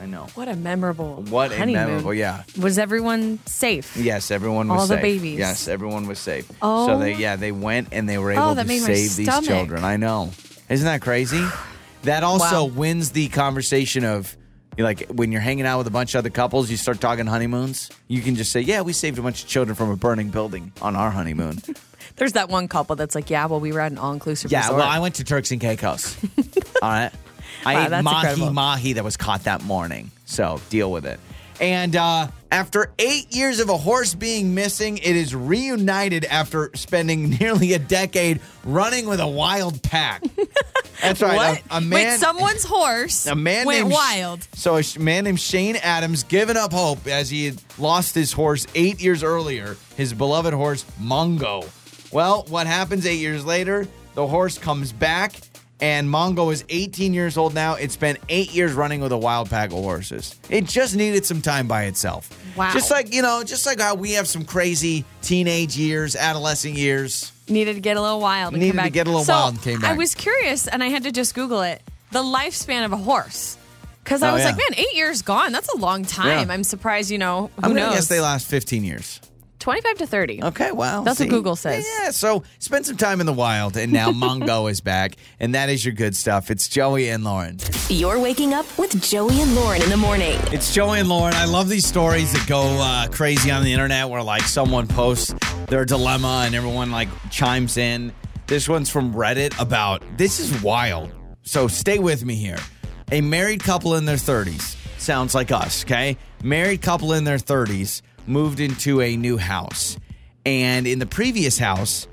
Speaker 2: I know.
Speaker 3: What a memorable
Speaker 2: What a
Speaker 3: honeymoon.
Speaker 2: memorable- yeah.
Speaker 3: Was everyone safe?
Speaker 2: Yes, everyone was
Speaker 3: All the
Speaker 2: safe.
Speaker 3: babies.
Speaker 2: Yes, everyone was safe. so
Speaker 3: Oh.
Speaker 2: they yeah, they went and they were able
Speaker 3: that
Speaker 2: to
Speaker 3: made my
Speaker 2: save these
Speaker 3: stomach.
Speaker 2: children. I know. Isn't that crazy? That also
Speaker 3: Wow.
Speaker 2: wins the conversation of you know, like when you're hanging out with a bunch of other couples, you start talking honeymoons. You can just say, "Yeah, we saved a bunch of children from a burning building on our honeymoon."
Speaker 3: There's that one couple that's like, yeah, well, we were at an all-inclusive
Speaker 2: yeah,
Speaker 3: resort.
Speaker 2: well, I went to Turks and Caicos. All right, I
Speaker 3: Wow,
Speaker 2: ate
Speaker 3: that's
Speaker 2: mahi
Speaker 3: incredible.
Speaker 2: mahi that was caught that morning. So deal with it. And uh, after eight years of a horse being missing, it is reunited after spending nearly a decade running with a wild pack. That's right. A, a man,
Speaker 3: Wait, someone's horse
Speaker 2: a man
Speaker 3: went
Speaker 2: named Sh-
Speaker 3: wild.
Speaker 2: So a sh- man named Shane Adams given up hope as he had lost his horse eight years earlier, his beloved horse Mongo. Well, what happens eight years later? The horse comes back, and Mongo is 18 years old now. It's been eight years running with a wild pack of horses. It just needed some time by itself.
Speaker 3: Wow.
Speaker 2: Just like you know, just like how we have some crazy teenage years, adolescent years.
Speaker 3: Needed to get a little wild. And
Speaker 2: Needed
Speaker 3: come
Speaker 2: to
Speaker 3: back.
Speaker 2: get a little
Speaker 3: So,
Speaker 2: wild and came
Speaker 3: I
Speaker 2: back.
Speaker 3: was curious, and I had to just Google it. The lifespan of a horse, because I
Speaker 2: Oh,
Speaker 3: was
Speaker 2: yeah.
Speaker 3: like, man, eight years gone. That's a long time.
Speaker 2: Yeah.
Speaker 3: I'm surprised. You know, who
Speaker 2: I'm gonna
Speaker 3: knows?
Speaker 2: guess they last 15 years.
Speaker 3: Twenty-five to thirty.
Speaker 2: Okay, well,
Speaker 3: That's what Google says.
Speaker 2: Yeah, so spend some time in the wild, and now Mongo is back, and that is your good stuff. It's Joey and Lauren.
Speaker 1: You're waking up with Joey and Lauren in the morning.
Speaker 2: It's Joey and Lauren. I love these stories that go uh, crazy on the internet, where like someone posts their dilemma, and everyone like chimes in. This one's from Reddit about this is wild. So stay with me here. A married couple in their 30s sounds like us, okay? Married couple in their 30s moved into a new house. And in the previous house,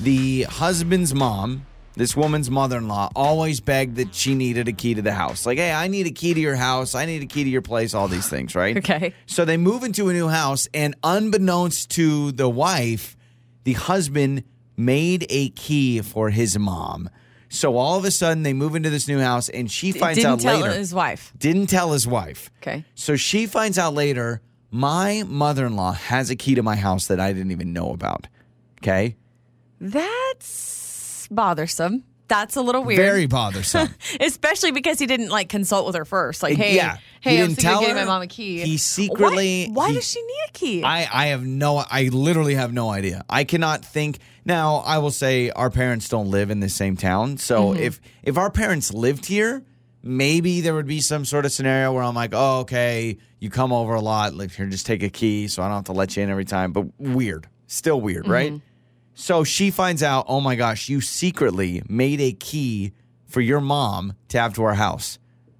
Speaker 2: the husband's mom, this woman's mother in law, always begged that she needed a key to the house. Like, hey, I need a key to your house. I need a key to your place, all these things, right?
Speaker 3: Okay.
Speaker 2: So they move into a new house, and unbeknownst to the wife, the husband made a key for his mom. So all of a sudden, they move into this new house, and she finds
Speaker 3: Didn't
Speaker 2: out
Speaker 3: tell
Speaker 2: later.
Speaker 3: his wife.
Speaker 2: didn't tell his wife.
Speaker 3: Okay.
Speaker 2: So she finds out later, my mother in law has a key to my house that I didn't even know about. Okay.
Speaker 3: That's bothersome. That's a little weird.
Speaker 2: Very bothersome.
Speaker 3: Especially because he didn't like consult with her first. Like, hey,
Speaker 2: yeah.
Speaker 3: hey,
Speaker 2: He
Speaker 3: I'm
Speaker 2: didn't
Speaker 3: thinking of
Speaker 2: tell
Speaker 3: getting my
Speaker 2: her.
Speaker 3: mom a key.
Speaker 2: He secretly-
Speaker 3: Why, why
Speaker 2: he-
Speaker 3: does she need a key?
Speaker 2: I, I have no, I literally have no idea. I cannot think. Now, I will say our parents don't live in the same town. So if, if our parents lived here, maybe there would be some sort of scenario where I'm like, oh, okay, you come over a lot. Like, here, just take a key so I don't have to let you in every time. But weird. Still weird, right? So she finds out, oh my gosh, you secretly made a key for your mom to have to our house.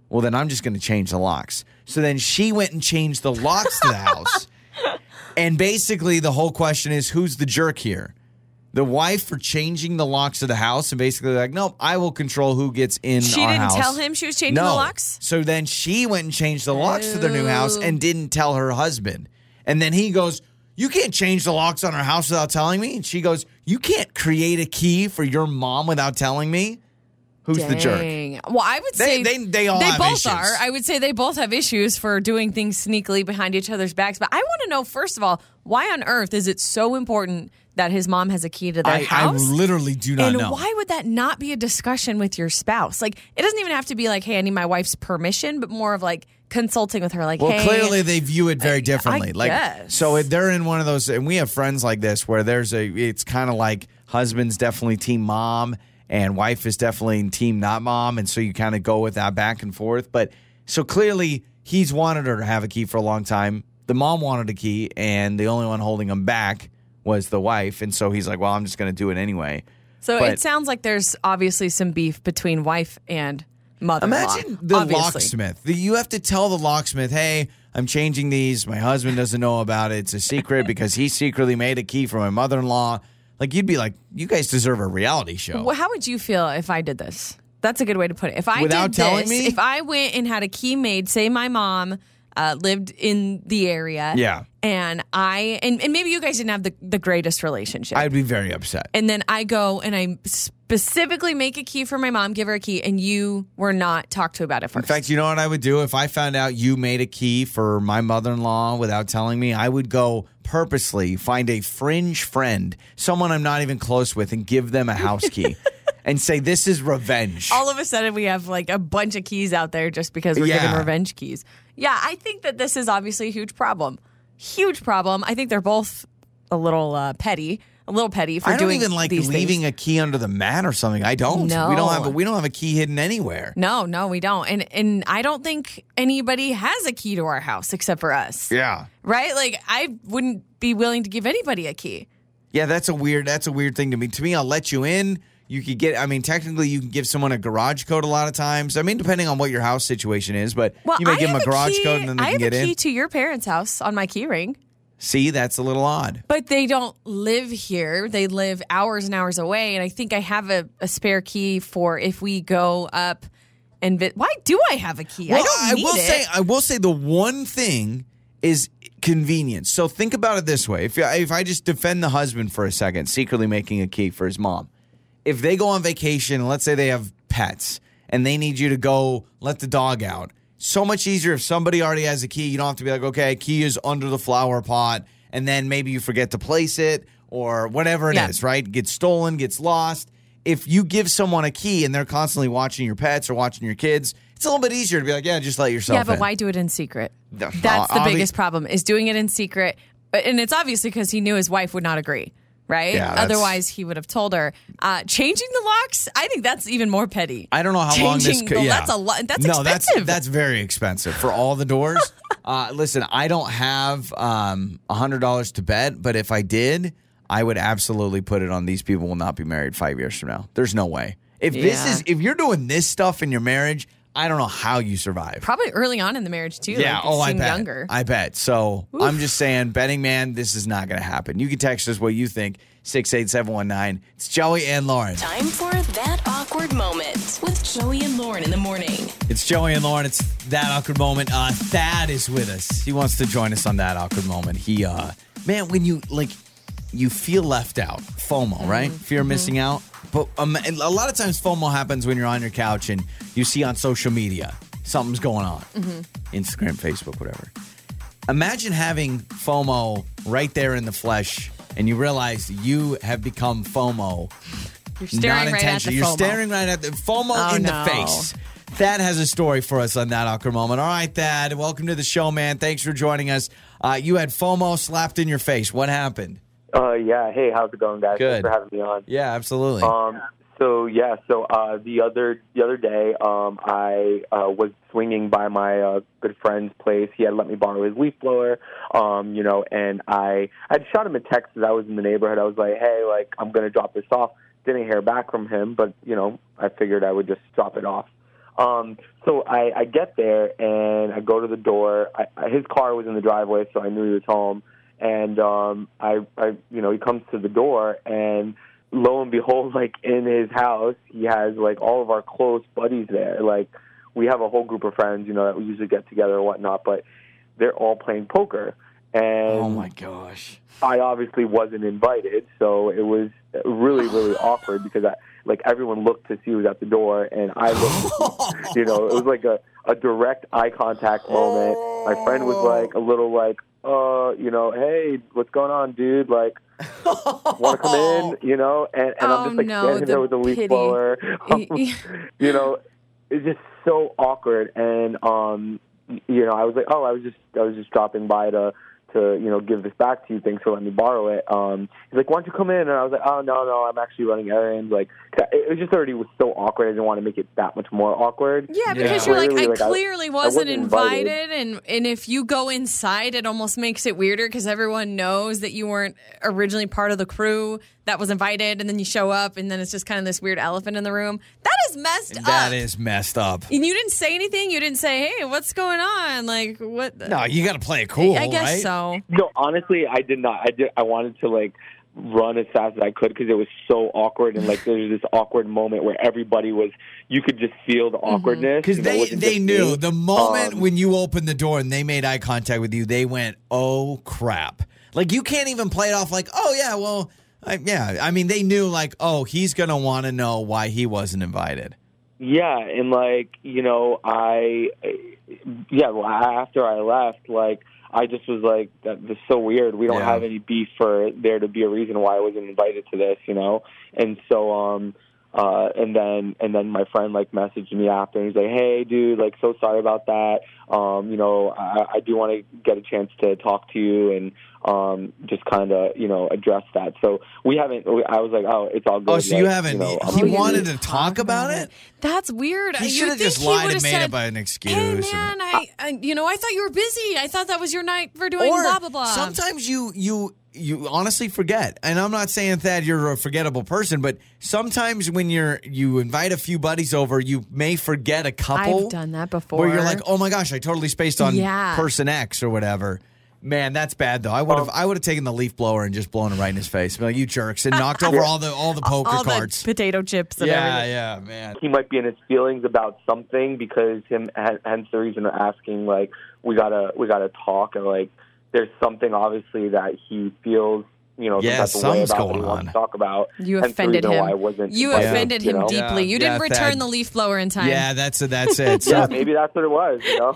Speaker 2: Well, then I'm just going to change the locks. So then she went and changed the locks to the house. And basically, the whole question is who's the jerk here? The wife for changing the locks of the house and basically like, nope, I will control who gets in.
Speaker 3: She
Speaker 2: our
Speaker 3: didn't
Speaker 2: house."
Speaker 3: tell him she was changing
Speaker 2: no.
Speaker 3: the locks?
Speaker 2: So then she went and changed the locks to their new house and didn't tell her husband. And then he goes, You can't change the locks on our house without telling me. And she goes, You can't create a key for your mom without telling me. Who's the jerk?
Speaker 3: Dang. Well, I would
Speaker 2: They-
Speaker 3: say
Speaker 2: they- they all have
Speaker 3: both
Speaker 2: issues.
Speaker 3: are. I would say they both have issues for doing things sneakily behind each other's backs. But I want to know first of all, why on earth is it so important that his mom has a key to their
Speaker 2: I, I
Speaker 3: house?
Speaker 2: literally do not
Speaker 3: and
Speaker 2: know.
Speaker 3: why would that not be a discussion with your spouse? Like, it doesn't even have to be like, "Hey, I need my wife's permission," but more of like consulting with her. Like,
Speaker 2: Well,
Speaker 3: hey,
Speaker 2: clearly they view it very differently. like
Speaker 3: guess.
Speaker 2: so if they're in one of those and we have friends like this where there's a it's kind of like husband's definitely team mom and wife is definitely team not mom and so you kind of go with that back and forth but so clearly he's wanted her to have a key for a long time. The mom wanted a key and the only one holding him back was the wife and so he's like, "Well, I'm just going to do it anyway."
Speaker 3: So
Speaker 2: But-
Speaker 3: it sounds like there's obviously some beef between wife and mother.
Speaker 2: Imagine the locksmith. The- you have to tell the locksmith, hey, I'm changing these. My husband doesn't know about it. It's a secret because he secretly made a key for my mother in law. Like, you'd be like, you guys deserve a reality show.
Speaker 3: Well, how would you feel if I did this? That's a good way to put it. If I
Speaker 2: Without
Speaker 3: did
Speaker 2: telling
Speaker 3: this,
Speaker 2: me?
Speaker 3: if I went and had a key made, say my mom uh, lived in the area,
Speaker 2: Yeah.
Speaker 3: and I and, and maybe you guys didn't have the, the greatest relationship,
Speaker 2: I'd be very upset.
Speaker 3: and then I go and I specifically make a key for my mom, give her a key, and you were not talked to about it
Speaker 2: In
Speaker 3: first.
Speaker 2: fact, you know what I would do? If I found out you made a key for my mother in law without telling me, I would go purposely find a fringe friend, someone I'm not even close with, and give them a house key and say, this is revenge.
Speaker 3: all of a sudden we have like a bunch of keys out there just because we're
Speaker 2: Yeah.
Speaker 3: giving revenge keys. Yeah, I think that this is obviously a huge problem. Huge problem. I think they're both a little uh, petty, a little petty for
Speaker 2: I don't
Speaker 3: doing
Speaker 2: even like
Speaker 3: these
Speaker 2: leaving
Speaker 3: things.
Speaker 2: a key under the mat or something. I don't. We
Speaker 3: No.
Speaker 2: don't have a, we don't have a key hidden anywhere.
Speaker 3: No, no, we don't. And and I don't think anybody has a key to our house except for us.
Speaker 2: Yeah.
Speaker 3: Right? Like I wouldn't be willing to give anybody a key.
Speaker 2: Yeah, that's a weird that's a weird thing to me. To me, I'll let you in. You could get I mean, technically you can give someone a garage code a lot of times. I mean, depending on what your house situation is, but
Speaker 3: Well,
Speaker 2: you may
Speaker 3: I
Speaker 2: give them
Speaker 3: have
Speaker 2: a garage
Speaker 3: key-
Speaker 2: code and then they
Speaker 3: I
Speaker 2: can
Speaker 3: have
Speaker 2: get
Speaker 3: a key
Speaker 2: in.
Speaker 3: to your parents' house on my key ring.
Speaker 2: See, that's a little odd.
Speaker 3: But they don't live here. They live hours and hours away. And I think I have a, a spare key for if we go up and vi- why do I have a key? I don't need
Speaker 2: will
Speaker 3: it.
Speaker 2: say I will say the one thing is convenience. So think about it this way: if if I just defend the husband for a second, secretly making a key for his mom, if they go on vacation, let's say they have pets and they need you to go let the dog out, so much easier if somebody already has a key. You don't have to be like, okay, key is under the flower pot, and then maybe you forget to place it or whatever it is,
Speaker 3: Yeah.
Speaker 2: right? Gets stolen, gets lost. If you give someone a key and they're constantly watching your pets or watching your kids, it's a little bit easier to be like, yeah, just let yourself
Speaker 3: yeah, but
Speaker 2: in.
Speaker 3: why do it in secret?
Speaker 2: No,
Speaker 3: That's the
Speaker 2: obvi-
Speaker 3: biggest problem is doing it in secret. And it's obviously because he knew his wife would not agree. Right.
Speaker 2: Yeah, that's-
Speaker 3: Otherwise, he would have told her. Uh, changing the locks, I think that's even more petty.
Speaker 2: I don't know how long this
Speaker 3: Changing
Speaker 2: could.
Speaker 3: the-
Speaker 2: yeah.
Speaker 3: that's a lot- that's
Speaker 2: no, that's
Speaker 3: expensive.
Speaker 2: that's very expensive for all the doors. uh, listen, I don't have um hundred dollars to bet, but if I did, I would absolutely put it on these people will not be married five years from now. There's no way. If this
Speaker 3: Yeah.
Speaker 2: is if you're doing this stuff in your marriage, I don't know how you survive.
Speaker 3: Probably early on in the marriage too.
Speaker 2: Yeah.
Speaker 3: Like, it
Speaker 2: oh, I
Speaker 3: seemed
Speaker 2: bet.
Speaker 3: Younger.
Speaker 2: I bet. So I'm just saying, betting man, this is not going to happen. You can text us what you think. Six eight seven one nine. It's Joey and Lauren.
Speaker 1: Time for that awkward moment with Joey and Lauren in the morning.
Speaker 2: It's Joey and Lauren. It's that awkward moment. Uh, Thad is with us. He wants to join us on that awkward moment. He, uh, man, when you like, you feel left out. FOMO, right? Fear of missing out. But um, and a lot of times FOMO happens when you're on your couch and you see on social media something's going on, Instagram, Facebook, whatever. Imagine having FOMO right there in the flesh, and you realize you have staring FOMO
Speaker 3: You're staring
Speaker 2: not
Speaker 3: right at the
Speaker 2: intentional. You're
Speaker 3: FOMO.
Speaker 2: staring right at the FOMO
Speaker 3: Oh,
Speaker 2: in
Speaker 3: no.
Speaker 2: the face. Thad has a story for us on that awkward moment. All right, Thad, welcome to the show, man. Thanks for joining us. Uh, you had FOMO slapped in your face. What happened?
Speaker 8: Uh, yeah. Hey, how's it going, guys?
Speaker 2: Good.
Speaker 8: Thanks for having me on.
Speaker 2: Yeah, absolutely.
Speaker 8: Um, so yeah, so uh, the other the other day, um, I uh, was swinging by my uh, good friend's place. He had let me borrow his leaf blower, um, you know, and I I shot him a text that I was in the neighborhood. I was like, hey, like I'm gonna drop this off. Didn't hear back from him, but you know, I figured I would just drop it off. Um, so I, I get there and I go to the door. I, I, his car was in the driveway, so I knew he was home. And um, I, I, you know, he comes to the door, and lo and behold, like in his house, he has like all of our close buddies there. Like we have a whole group of friends, you know, that we usually get together and whatnot, but they're all playing poker. And
Speaker 2: oh my gosh.
Speaker 8: I obviously wasn't invited, so it was really, really awkward because I like everyone looked to see who was at the door, and I looked. you know, it was like a a direct eye contact moment. My friend was like a little like, uh, you know, hey, what's going on, dude? Like, want to come in? You know, and, and
Speaker 3: Oh,
Speaker 8: I'm just like
Speaker 3: no,
Speaker 8: standing
Speaker 3: the
Speaker 8: there with a
Speaker 3: pity.
Speaker 8: leaf blower.
Speaker 3: Y-
Speaker 8: you know, it's just so awkward. And um, y- you know, I was like, oh, I was just, I was just dropping by to, to you know, give this back to you. Thanks for letting me borrow it. Um, he's like, why don't you come in? And I was like, oh no, no, I'm actually running errands. Like, 'cause I- it was just already was so awkward. I didn't want to make it that much more awkward.
Speaker 3: Yeah, because
Speaker 8: Yeah.
Speaker 3: you're like,
Speaker 8: Clearly,
Speaker 3: I
Speaker 8: like, I-
Speaker 3: clearly
Speaker 8: I
Speaker 3: wasn't
Speaker 8: wasn't
Speaker 3: invited,
Speaker 8: invited.
Speaker 3: and and if you go inside, it almost makes it weirder because everyone knows that you weren't originally part of the crew that was invited, and then you show up, and then it's just kind of this weird elephant in the room. That is messed up.
Speaker 2: That is messed up.
Speaker 3: And you didn't say anything. You didn't say, "Hey, what's going on?" Like what? The-
Speaker 2: No, you got to play it cool,
Speaker 3: I guess
Speaker 2: right?
Speaker 3: so.
Speaker 8: No, honestly, I did not. I did. I wanted to like run as fast as I could because it was so awkward and like there's this awkward moment where everybody was. You could just feel
Speaker 3: Mm-hmm.
Speaker 8: the awkwardness
Speaker 2: Because
Speaker 8: you know, it
Speaker 2: they,
Speaker 8: wasn't
Speaker 2: they
Speaker 8: just
Speaker 2: knew
Speaker 8: me.
Speaker 2: the moment
Speaker 8: Um,
Speaker 2: when you opened the door and they made eye contact with you, they went, oh crap. Like you can't even play it off like, oh yeah, well, I, yeah. I mean, they knew like, oh, he's going to want to know why he wasn't invited.
Speaker 8: Yeah, and like you know, I yeah. Well, a- after I left, like I just was like, that, "This is so weird. We don't
Speaker 2: Yeah.
Speaker 8: have any beef for there to be a reason why I wasn't invited to this," you know. And so, um, uh, and then and then my friend like messaged me after, and he's like, "Hey, dude, like, so sorry about that. Um, you know, I, I do want to get a chance to talk to you and." Um, just kind of, you know, address that. So we haven't. I was like, oh, it's all good.
Speaker 2: Oh, so you
Speaker 8: like,
Speaker 2: haven't.
Speaker 8: know, I'm
Speaker 2: he
Speaker 8: good.
Speaker 2: wanted to talk about it.
Speaker 3: That's weird.
Speaker 2: He
Speaker 3: You'd
Speaker 2: should have
Speaker 3: think
Speaker 2: just
Speaker 3: he
Speaker 2: lied
Speaker 3: would've
Speaker 2: and made
Speaker 3: said,
Speaker 2: up an excuse.
Speaker 3: Hey
Speaker 2: and- Ah.
Speaker 3: man, I, I you know I thought you were busy. I thought that was your night for doing
Speaker 2: or
Speaker 3: blah blah blah.
Speaker 2: Sometimes you you you honestly forget, and I'm not saying that you're a forgettable person, but sometimes when you're you invite a few buddies over, you may forget a couple.
Speaker 3: I've done that
Speaker 2: Where you're
Speaker 3: before.
Speaker 2: like, oh my gosh, I totally spaced on
Speaker 3: Yeah.
Speaker 2: person X or whatever. Man, that's bad though. I would have I would have taken the leaf blower and just blown it right in his face. Be Like you jerks and knocked over all the all the poker
Speaker 3: All
Speaker 2: "Oh, cards.
Speaker 3: the potato chips and
Speaker 2: yeah,
Speaker 3: everything.
Speaker 2: yeah, man.
Speaker 8: he might be in his feelings about something because him hen- hence the reason of asking like we gotta we gotta talk and like there's something obviously that he feels you know some
Speaker 2: Yeah,
Speaker 8: type of way
Speaker 2: something's
Speaker 8: about that he
Speaker 2: going
Speaker 8: wants
Speaker 2: on.
Speaker 8: to talk about
Speaker 3: You
Speaker 8: Hence the
Speaker 3: offended
Speaker 8: reason
Speaker 3: him.
Speaker 8: why I wasn't
Speaker 3: you
Speaker 8: invited,
Speaker 3: offended him
Speaker 8: you know?
Speaker 3: deeply.
Speaker 2: Yeah,
Speaker 3: you didn't
Speaker 2: yeah,
Speaker 3: return
Speaker 2: Thad.
Speaker 3: the leaf blower in time.
Speaker 2: Yeah, that's it. That's it. So
Speaker 8: yeah maybe that's what it was you know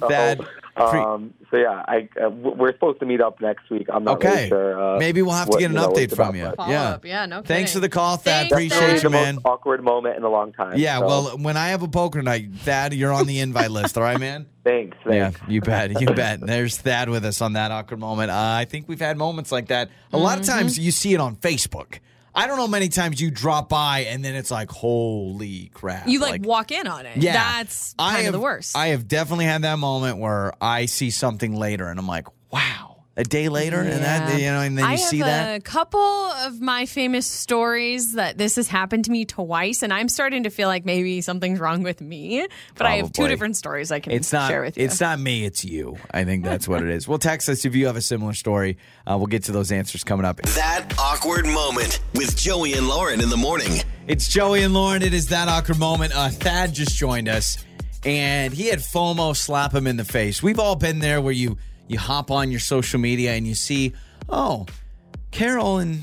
Speaker 8: So,
Speaker 2: That-
Speaker 8: um, so yeah I uh, w- we're supposed to meet up next week I'm not
Speaker 2: okay,
Speaker 8: really sure uh,
Speaker 2: maybe we'll have to
Speaker 8: what-
Speaker 2: get an
Speaker 8: you know, what
Speaker 2: update
Speaker 8: it's
Speaker 2: from
Speaker 8: about,
Speaker 2: you.
Speaker 8: but-
Speaker 3: Follow
Speaker 2: yeah.
Speaker 3: up. Yeah, no
Speaker 2: Thanks
Speaker 3: kidding.
Speaker 2: for the call, Thad.
Speaker 3: Thanks,
Speaker 2: Appreciate
Speaker 3: Thad.
Speaker 2: you,
Speaker 8: the
Speaker 2: man.
Speaker 8: most awkward moment in a long time
Speaker 2: Yeah,
Speaker 8: so
Speaker 2: well, when I have a poker night, Thad, you're on the invite list, all right, man?
Speaker 8: thanks thanks
Speaker 2: Yeah, you bet. You bet. There's Thad with us on that awkward moment. Uh, I think we've had moments like that. A lot of
Speaker 3: Mm-hmm.
Speaker 2: times you see it on Facebook. I don't know many times you drop by and then it's like, holy crap.
Speaker 3: You like, walk in on it.
Speaker 2: Yeah.
Speaker 3: That's
Speaker 2: I
Speaker 3: kind of
Speaker 2: have-
Speaker 3: the worst.
Speaker 2: I have definitely had that moment where I see something later and I'm like, wow, a day later? And that,
Speaker 3: Yeah.
Speaker 2: you know, and then you
Speaker 3: I
Speaker 2: see
Speaker 3: have
Speaker 2: that.
Speaker 3: a couple of my famous stories that this has happened to me twice, and I'm starting to feel like maybe something's wrong with me. But I have two
Speaker 2: Probably.
Speaker 3: different stories I can
Speaker 2: Oh, It's not.
Speaker 3: share with you.
Speaker 2: It's not me. It's you. I think that's what it is. Well, text us if you have a similar story. Uh, we'll get to those answers coming up.
Speaker 5: That awkward moment with Joey and Lauren in the morning.
Speaker 2: It's Joey and Lauren. It is that awkward moment. Uh, Thad just joined us, and he had FOMO slap him in the face. We've all been there where you you hop on your social media and you see, oh, Carol and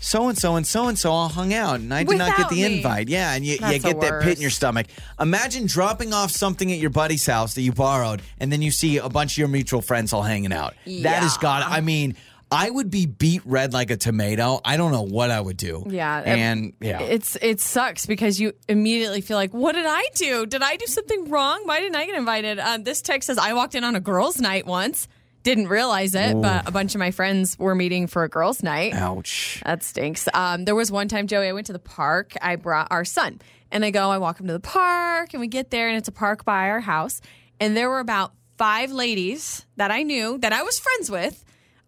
Speaker 2: so and so and so and so all hung out, and I did not get
Speaker 3: Without
Speaker 2: the
Speaker 3: me.
Speaker 2: invite. Yeah, and you, you
Speaker 3: That's the
Speaker 2: get that pit in
Speaker 3: worst.
Speaker 2: your stomach. Imagine dropping off something at your buddy's house that you borrowed, and then you see a bunch of your mutual friends all hanging out. That is
Speaker 3: Yeah.
Speaker 2: God. I mean. I would be beat red like a tomato. I don't know what I would do.
Speaker 3: Yeah, it-
Speaker 2: And yeah.
Speaker 3: It's it sucks because you immediately feel like, what did I do? Did I do something wrong? Why didn't I get invited? Um, this text says I walked in on a girls' night once, didn't realize it, but a bunch of my friends were meeting for a girls' night.
Speaker 2: Ouch.
Speaker 3: That stinks. Um, there was one time, Joey, I went to the park. I brought our son, and I go, I walk him to the park, and we get there, and it's a park by our house, and there were about five ladies that I knew that I was friends with,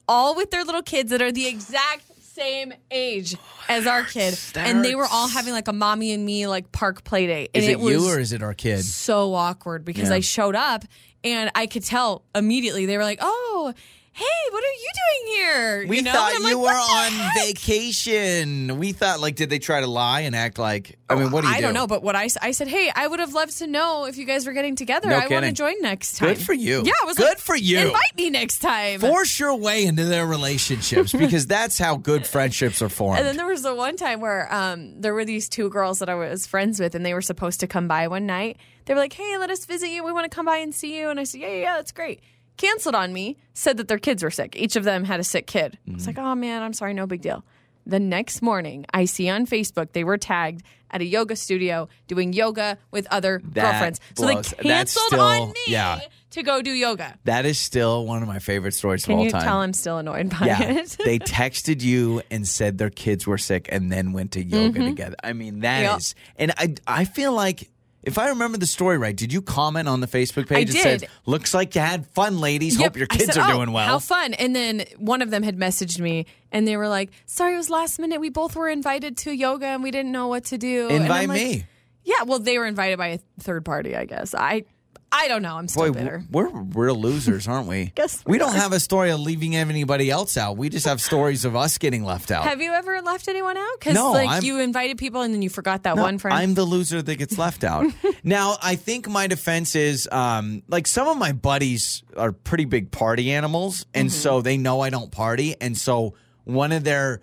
Speaker 3: all with their little kids that are the exact same age as our kid, and they were all having like a mommy and me like park play date.
Speaker 2: Is
Speaker 3: and
Speaker 2: it,
Speaker 3: was,
Speaker 2: you or is it our kid?
Speaker 3: so awkward because
Speaker 2: Yeah.
Speaker 3: I showed up and I could tell immediately they were like, "Oh, hey, what are you doing here?"
Speaker 2: We
Speaker 3: you know?
Speaker 2: thought
Speaker 3: And I'm
Speaker 2: you
Speaker 3: like,
Speaker 2: were
Speaker 3: "What the
Speaker 2: on
Speaker 3: heck?"
Speaker 2: vacation. We thought like, did they try to lie and act like? I mean, what do you
Speaker 3: Oh, I
Speaker 2: do?
Speaker 3: not know, but what I, s- I said, hey, I would have loved to know if you guys were getting together.
Speaker 2: No
Speaker 3: I want to
Speaker 2: kidding.
Speaker 3: join next time.
Speaker 2: Good for you.
Speaker 3: Yeah, I was
Speaker 2: good
Speaker 3: like,
Speaker 2: for you.
Speaker 3: Invite me next time.
Speaker 2: Force your way into their relationships because that's how good friendships are formed.
Speaker 3: And then there was the one time where um, there were these two girls that I was friends with, and they were supposed to come by one night. They were like, "Hey, let us visit you. We want to come by and see you." And I said, "Yeah, yeah, yeah that's great." Canceled on me. Said that their kids were sick. Each of them had a sick kid. I
Speaker 2: Mm-hmm.
Speaker 3: was like, "Oh man, I'm sorry. No big deal." The next morning, I see on Facebook they were tagged at a yoga studio doing yoga with other
Speaker 2: That
Speaker 3: girlfriends. So they
Speaker 2: blows. That's
Speaker 3: canceled
Speaker 2: still-
Speaker 3: on me
Speaker 2: yeah.
Speaker 3: to go do yoga.
Speaker 2: that is still one of my favorite stories
Speaker 3: Can
Speaker 2: of all
Speaker 3: you
Speaker 2: time.
Speaker 3: tell I'm still annoyed by
Speaker 2: yeah,
Speaker 3: it?
Speaker 2: they texted you and said their kids were sick, and then went to yoga together. I mean, that is,
Speaker 3: Mm-hmm. Yep.
Speaker 2: and I, I feel like if I remember the story right, did you comment on the Facebook page? and
Speaker 3: did.
Speaker 2: said, "Looks like you had fun, ladies.
Speaker 3: Yep.
Speaker 2: Hope your
Speaker 3: I
Speaker 2: kids
Speaker 3: said,
Speaker 2: are
Speaker 3: "Oh,
Speaker 2: doing well."
Speaker 3: How fun. And then one of them had messaged me and they were like, sorry, it was last minute. We both were invited to yoga and we didn't know what to do. And
Speaker 2: Invite
Speaker 3: I'm like,
Speaker 2: me.
Speaker 3: Yeah, well, they were invited by a third party, I guess. I I don't know. I'm still
Speaker 2: Boy,
Speaker 3: bitter.
Speaker 2: w- we're real losers, aren't we?
Speaker 3: Guess
Speaker 2: we
Speaker 3: we
Speaker 2: don't have a story of leaving anybody else out. We just have stories of us getting left out.
Speaker 3: Have you ever left anyone out? Because
Speaker 2: No,
Speaker 3: like
Speaker 2: I'm-
Speaker 3: you invited people and then you forgot that
Speaker 2: No,
Speaker 3: one friend.
Speaker 2: I'm the loser that gets left out. now, I think my defense is um, like some of my buddies are pretty big party animals, and
Speaker 3: Mm-hmm.
Speaker 2: so they know I don't party, and so one of their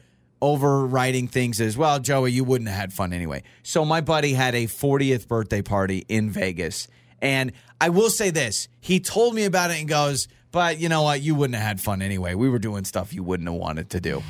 Speaker 2: overriding things is, well, Joey, you wouldn't have had fun anyway. So my buddy had a 40th birthday party in Vegas, and I will say this: he told me about it and goes, but you know what? You wouldn't have had fun anyway. We were doing stuff you wouldn't have wanted to do.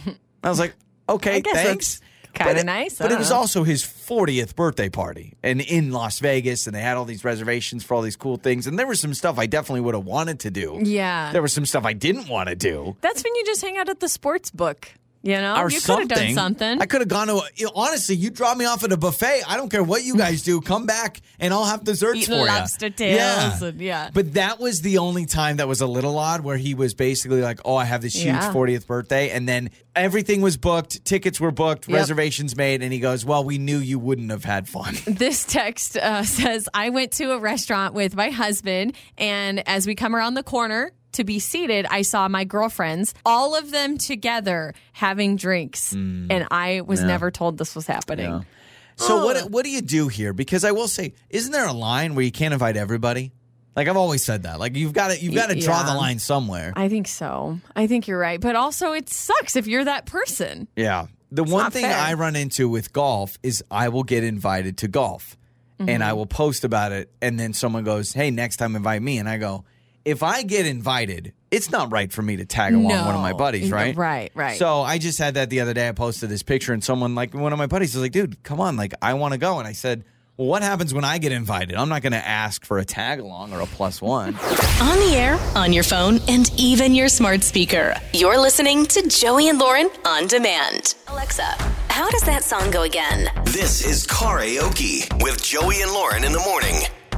Speaker 2: I was like, okay,
Speaker 3: guess
Speaker 2: thanks.
Speaker 3: that's kinda
Speaker 2: But-
Speaker 3: nice. I
Speaker 2: But it
Speaker 3: don't
Speaker 2: was
Speaker 3: know.
Speaker 2: also his 40th birthday party and in Las Vegas, and they had all these reservations for all these cool things. And there was some stuff I definitely would have wanted to do.
Speaker 3: Yeah.
Speaker 2: There was some stuff I didn't want to do.
Speaker 3: That's when you just hang out at the sports book. You know,
Speaker 2: or
Speaker 3: Oh, you could
Speaker 2: something.
Speaker 3: have done something.
Speaker 2: I could have gone to, a, you know, honestly, you drop me off at a buffet. I don't care what you guys do. Come back and I'll have desserts
Speaker 3: Eat
Speaker 2: for you.
Speaker 3: lobster tails and- yeah.
Speaker 2: But that was the only time that was a little odd where he was basically like, oh, I have this huge
Speaker 3: Yeah.
Speaker 2: 40th birthday. And then everything was booked, tickets were booked,
Speaker 3: Yep.
Speaker 2: reservations made. And he goes, well, we knew you wouldn't have had fun.
Speaker 3: This text uh, says I went to a restaurant with my husband, and as we come around the corner to be seated, I saw my girlfriends, all of them together having drinks, and I was never told this was happening.
Speaker 2: Mm. Yeah. So what what do you do here? Because I will say, isn't there a line where you can't invite everybody? Like I've always said that. Like you've got to you've got to draw
Speaker 3: Yeah.
Speaker 2: the line somewhere.
Speaker 3: I think so. I think you're right, but also it sucks if you're that person.
Speaker 2: Yeah. The one
Speaker 3: not
Speaker 2: thing
Speaker 3: fair.
Speaker 2: I run into with golf is I will get invited to golf and
Speaker 3: Mm-hmm.
Speaker 2: I will post about it. And then someone goes, Hey, next time invite me. And I go, If I get invited, it's not right for me to tag along one of my
Speaker 3: No.
Speaker 2: buddies, right?
Speaker 3: Right, right.
Speaker 2: So I just had that the other day. I posted this picture and someone, like one of my buddies, was like, Dude, come on. Like, I want to go. And I said, Well, what happens when I get invited? I'm not going to ask for a tag along or a plus one.
Speaker 1: On the air, on your phone, and even your smart speaker. You're listening to Joey and Lauren on demand. Alexa, how does that song go again?
Speaker 5: This is karaoke with Joey and Lauren in the morning.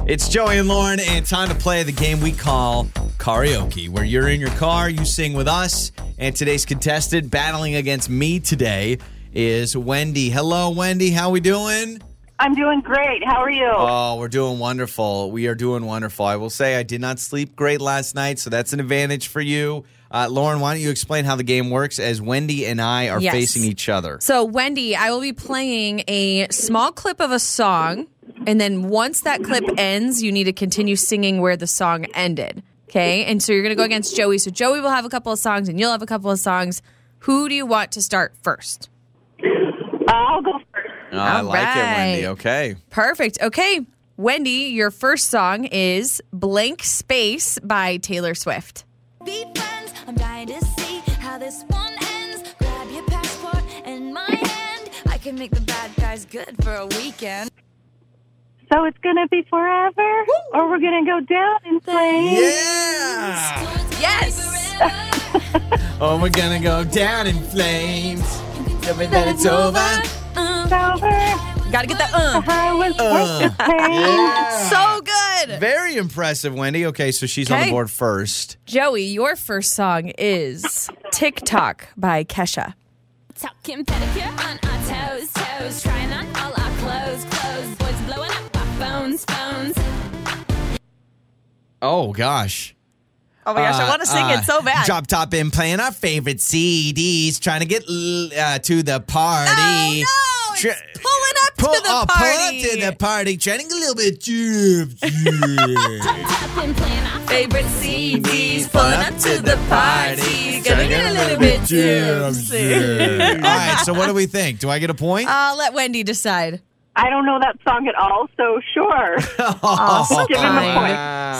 Speaker 2: It's Joey and Lauren, and time to play the game we call karaoke, where you're in your car, you sing with us, and today's contestant battling against me today is Wendy. Hello, Wendy. How we doing?
Speaker 9: I'm doing great. How are you?
Speaker 2: Oh, we're doing wonderful. We are doing wonderful. I will say I did not sleep great last night, so that's an advantage for you. Uh, Lauren, why don't you explain how the game works as Wendy and I are
Speaker 3: Yes.
Speaker 2: facing each other?
Speaker 3: So, Wendy, I will be playing a small clip of a song. And then once that clip ends, you need to continue singing where the song ended. Okay. And so you're going to go against Joey. So, Joey will have a couple of songs and you'll have a couple of songs. Who do you want to start first?
Speaker 9: Uh, I'll go first.
Speaker 2: Oh, I like it, Wendy.
Speaker 3: right.
Speaker 2: Okay.
Speaker 3: Perfect. Okay. Wendy, your first song is Blank Space by Taylor Swift.
Speaker 10: Beat friends, I'm dying to see how this one ends. Grab your passport and my hand. I can make the bad guys good for a weekend.
Speaker 9: So it's gonna be forever, or we're gonna go down in flames.
Speaker 2: Yeah.
Speaker 3: Yes.
Speaker 2: Oh, we're gonna go down in flames. That it's over.
Speaker 9: It's over.
Speaker 3: Got to get that uh.
Speaker 9: I was worth the pain.
Speaker 3: So good.
Speaker 2: Very impressive, Wendy. Okay, so she's on the
Speaker 3: Okay.
Speaker 2: board first.
Speaker 3: Joey, your first song is TikTok by Kesha.
Speaker 10: Talking pedicure on our toes, toes. Trying on all our clothes, clothes. Boys blowing up our phones, phones.
Speaker 2: Oh gosh.
Speaker 3: Oh my gosh, I want to sing
Speaker 2: Uh,
Speaker 3: it so bad.
Speaker 2: Drop top in playing our favorite CDs, trying to get l- uh, to the party.
Speaker 3: Oh, no, it's pulling up to
Speaker 2: pull,
Speaker 3: the
Speaker 2: oh,
Speaker 3: party.
Speaker 2: Pull up to the party, trying to get a little bit juice.
Speaker 10: Up and playing our
Speaker 3: Favorite CDs, pulling up to the party. Gonna get a little bit tipsy.
Speaker 2: All right, so what do we think? Do I get a point?
Speaker 3: I'll let Wendy decide.
Speaker 9: I don't know that song at all, so sure.
Speaker 3: Oh,
Speaker 9: give him a point.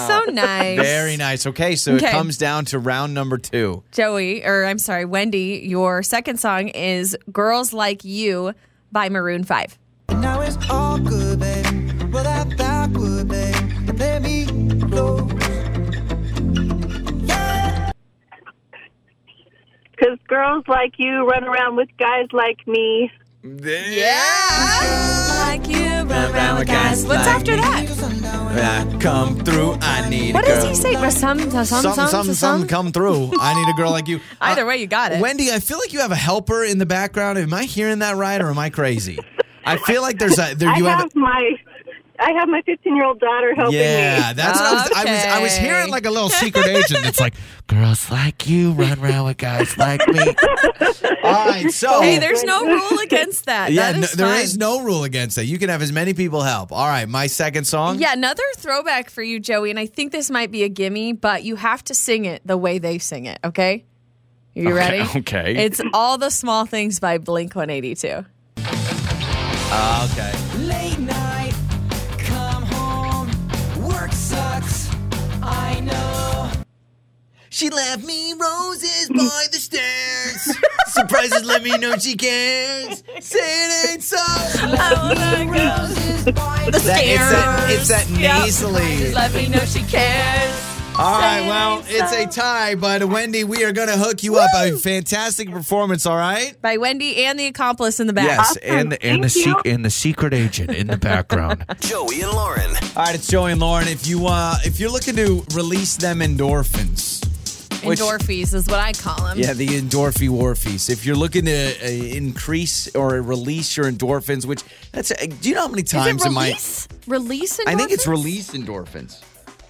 Speaker 3: So nice.
Speaker 2: Very nice. Okay, so it
Speaker 3: Okay.
Speaker 2: comes down to round number two.
Speaker 3: Joey, or I'm sorry, Wendy, your second song is Girls Like You by Maroon 5.
Speaker 4: Now it's all good, baby. Well, that backward, baby. Play me close.
Speaker 9: Because girls like you run around with guys like me.
Speaker 3: Like you, run around with guys. What's
Speaker 2: like
Speaker 3: after
Speaker 2: me.
Speaker 3: that?
Speaker 2: When I come through, I need
Speaker 3: What
Speaker 2: a girl.
Speaker 3: does he say? Some, some,
Speaker 2: Some,
Speaker 3: some,
Speaker 2: some, some, come through. I need a girl like you.
Speaker 3: Either
Speaker 2: Uh,
Speaker 3: way, you got it.
Speaker 2: Wendy, I feel like you have a helper in the background. Am I hearing that right, or am I crazy? I feel like there's a there
Speaker 9: I
Speaker 2: you
Speaker 9: have,
Speaker 2: have. a-
Speaker 9: my, I have my 15 year old daughter helping
Speaker 2: yeah,
Speaker 9: me.
Speaker 2: that's what I was, I was. I was hearing
Speaker 3: Okay.
Speaker 2: like a little secret agent. It's like
Speaker 4: Girls like you run around with guys like me.
Speaker 2: all right, so
Speaker 3: Hey, there's no rule against that.
Speaker 2: yeah,
Speaker 3: that
Speaker 2: no,
Speaker 3: is
Speaker 2: there
Speaker 3: fine.
Speaker 2: is no rule against that. You can have as many people help. All right, my second song.
Speaker 3: Yeah, another throwback for you, Joey, and I think this might be a gimme, but you have to sing it the way they sing it, okay? Are you ready?
Speaker 2: okay.
Speaker 3: It's All the Small Things by Blink 182.
Speaker 2: Uh, okay.
Speaker 4: Late night, come home. Work sucks. I know.
Speaker 2: She left me roses by the stairs. Surprises let me know she cares. Say it ain't so.
Speaker 10: Oh,
Speaker 3: The
Speaker 2: That- it's that, it's that nasally.
Speaker 3: Let me know she cares.
Speaker 2: All right, well, it's a tie, but Wendy, we are going to hook you up. A fantastic performance, all right?
Speaker 3: By Wendy and the accomplice in the back.
Speaker 2: and
Speaker 9: and the Thank you. sec-
Speaker 2: and the secret agent in the background.
Speaker 5: Joey and Lauren.
Speaker 2: all right, it's Joey and Lauren. If you uh, if you're looking to release them endorphins, which-
Speaker 3: Endorphins is what I call them.
Speaker 2: Yeah, the endorphin warfies. If you're looking to uh, increase or release your endorphins, which that's uh, do you know how many
Speaker 3: Is it
Speaker 2: times in my
Speaker 3: release? Release endorphins?
Speaker 2: I think it's release endorphins.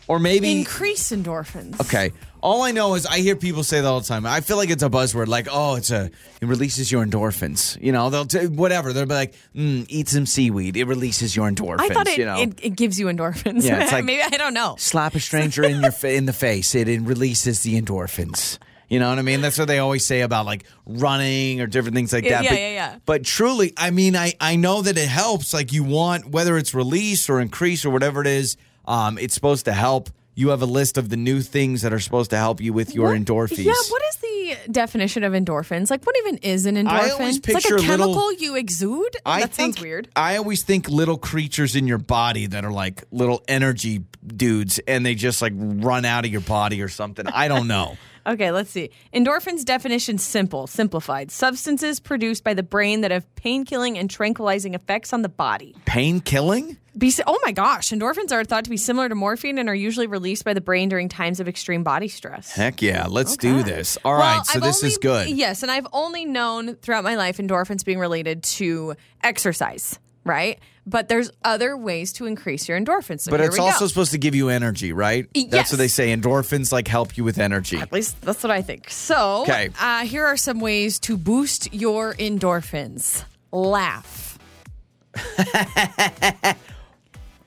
Speaker 2: Or maybe
Speaker 3: Increase endorphins.
Speaker 2: Okay. All I know is I hear people say that all the time. I feel like it's a buzzword. Like, oh, it's a it releases your endorphins. You know, they'll t- whatever. They'll be like, mm, eat some seaweed. It releases your endorphins.
Speaker 3: I thought it,
Speaker 2: you know,
Speaker 3: it, it gives you endorphins.
Speaker 2: Yeah, it's like-
Speaker 3: Maybe I don't know.
Speaker 2: slap a stranger in your fa- in the face. It, it releases the endorphins. You know what I mean? That's what they always say about like running or different things like
Speaker 3: Yeah,
Speaker 2: that.
Speaker 3: yeah,
Speaker 2: but,
Speaker 3: yeah, yeah.
Speaker 2: But truly, I mean, I I know that it helps. Like you want whether it's release or increase or whatever it is, um, it's supposed to help. You have a list of the new things that are supposed to help you with your endorphins.
Speaker 3: Yeah, what is the definition of endorphins? Like, what even is an endorphin?
Speaker 2: I always
Speaker 3: it's
Speaker 2: picture
Speaker 3: like a
Speaker 2: little-
Speaker 3: chemical you exude.
Speaker 2: I
Speaker 3: that
Speaker 2: think
Speaker 3: sounds weird.
Speaker 2: I always think little creatures in your body that are like little energy dudes, and they just like run out of your body or something. I don't know.
Speaker 3: Okay, let's see. Endorphins definition simple, simplified. Substances produced by the brain that have pain killing and tranquilizing effects on the body.
Speaker 2: Pain killing?
Speaker 3: Be- oh my gosh, endorphins are thought to be similar to morphine and are usually released by the brain during times of extreme body stress.
Speaker 2: Heck yeah, let's do this. All right,
Speaker 3: Well,
Speaker 2: so
Speaker 3: I've
Speaker 2: this
Speaker 3: only-
Speaker 2: is good.
Speaker 3: Yes, and I've only known throughout my life endorphins being related to exercise, right? But there's other ways to increase your endorphins. So
Speaker 2: but
Speaker 3: here
Speaker 2: it's
Speaker 3: we
Speaker 2: also
Speaker 3: go.
Speaker 2: supposed to give you energy, right? That's
Speaker 3: Yes.
Speaker 2: what they say. Endorphins like help you with energy.
Speaker 3: At least that's what I think. So,
Speaker 2: Okay.
Speaker 3: uh, here are some ways to boost your endorphins. Laugh.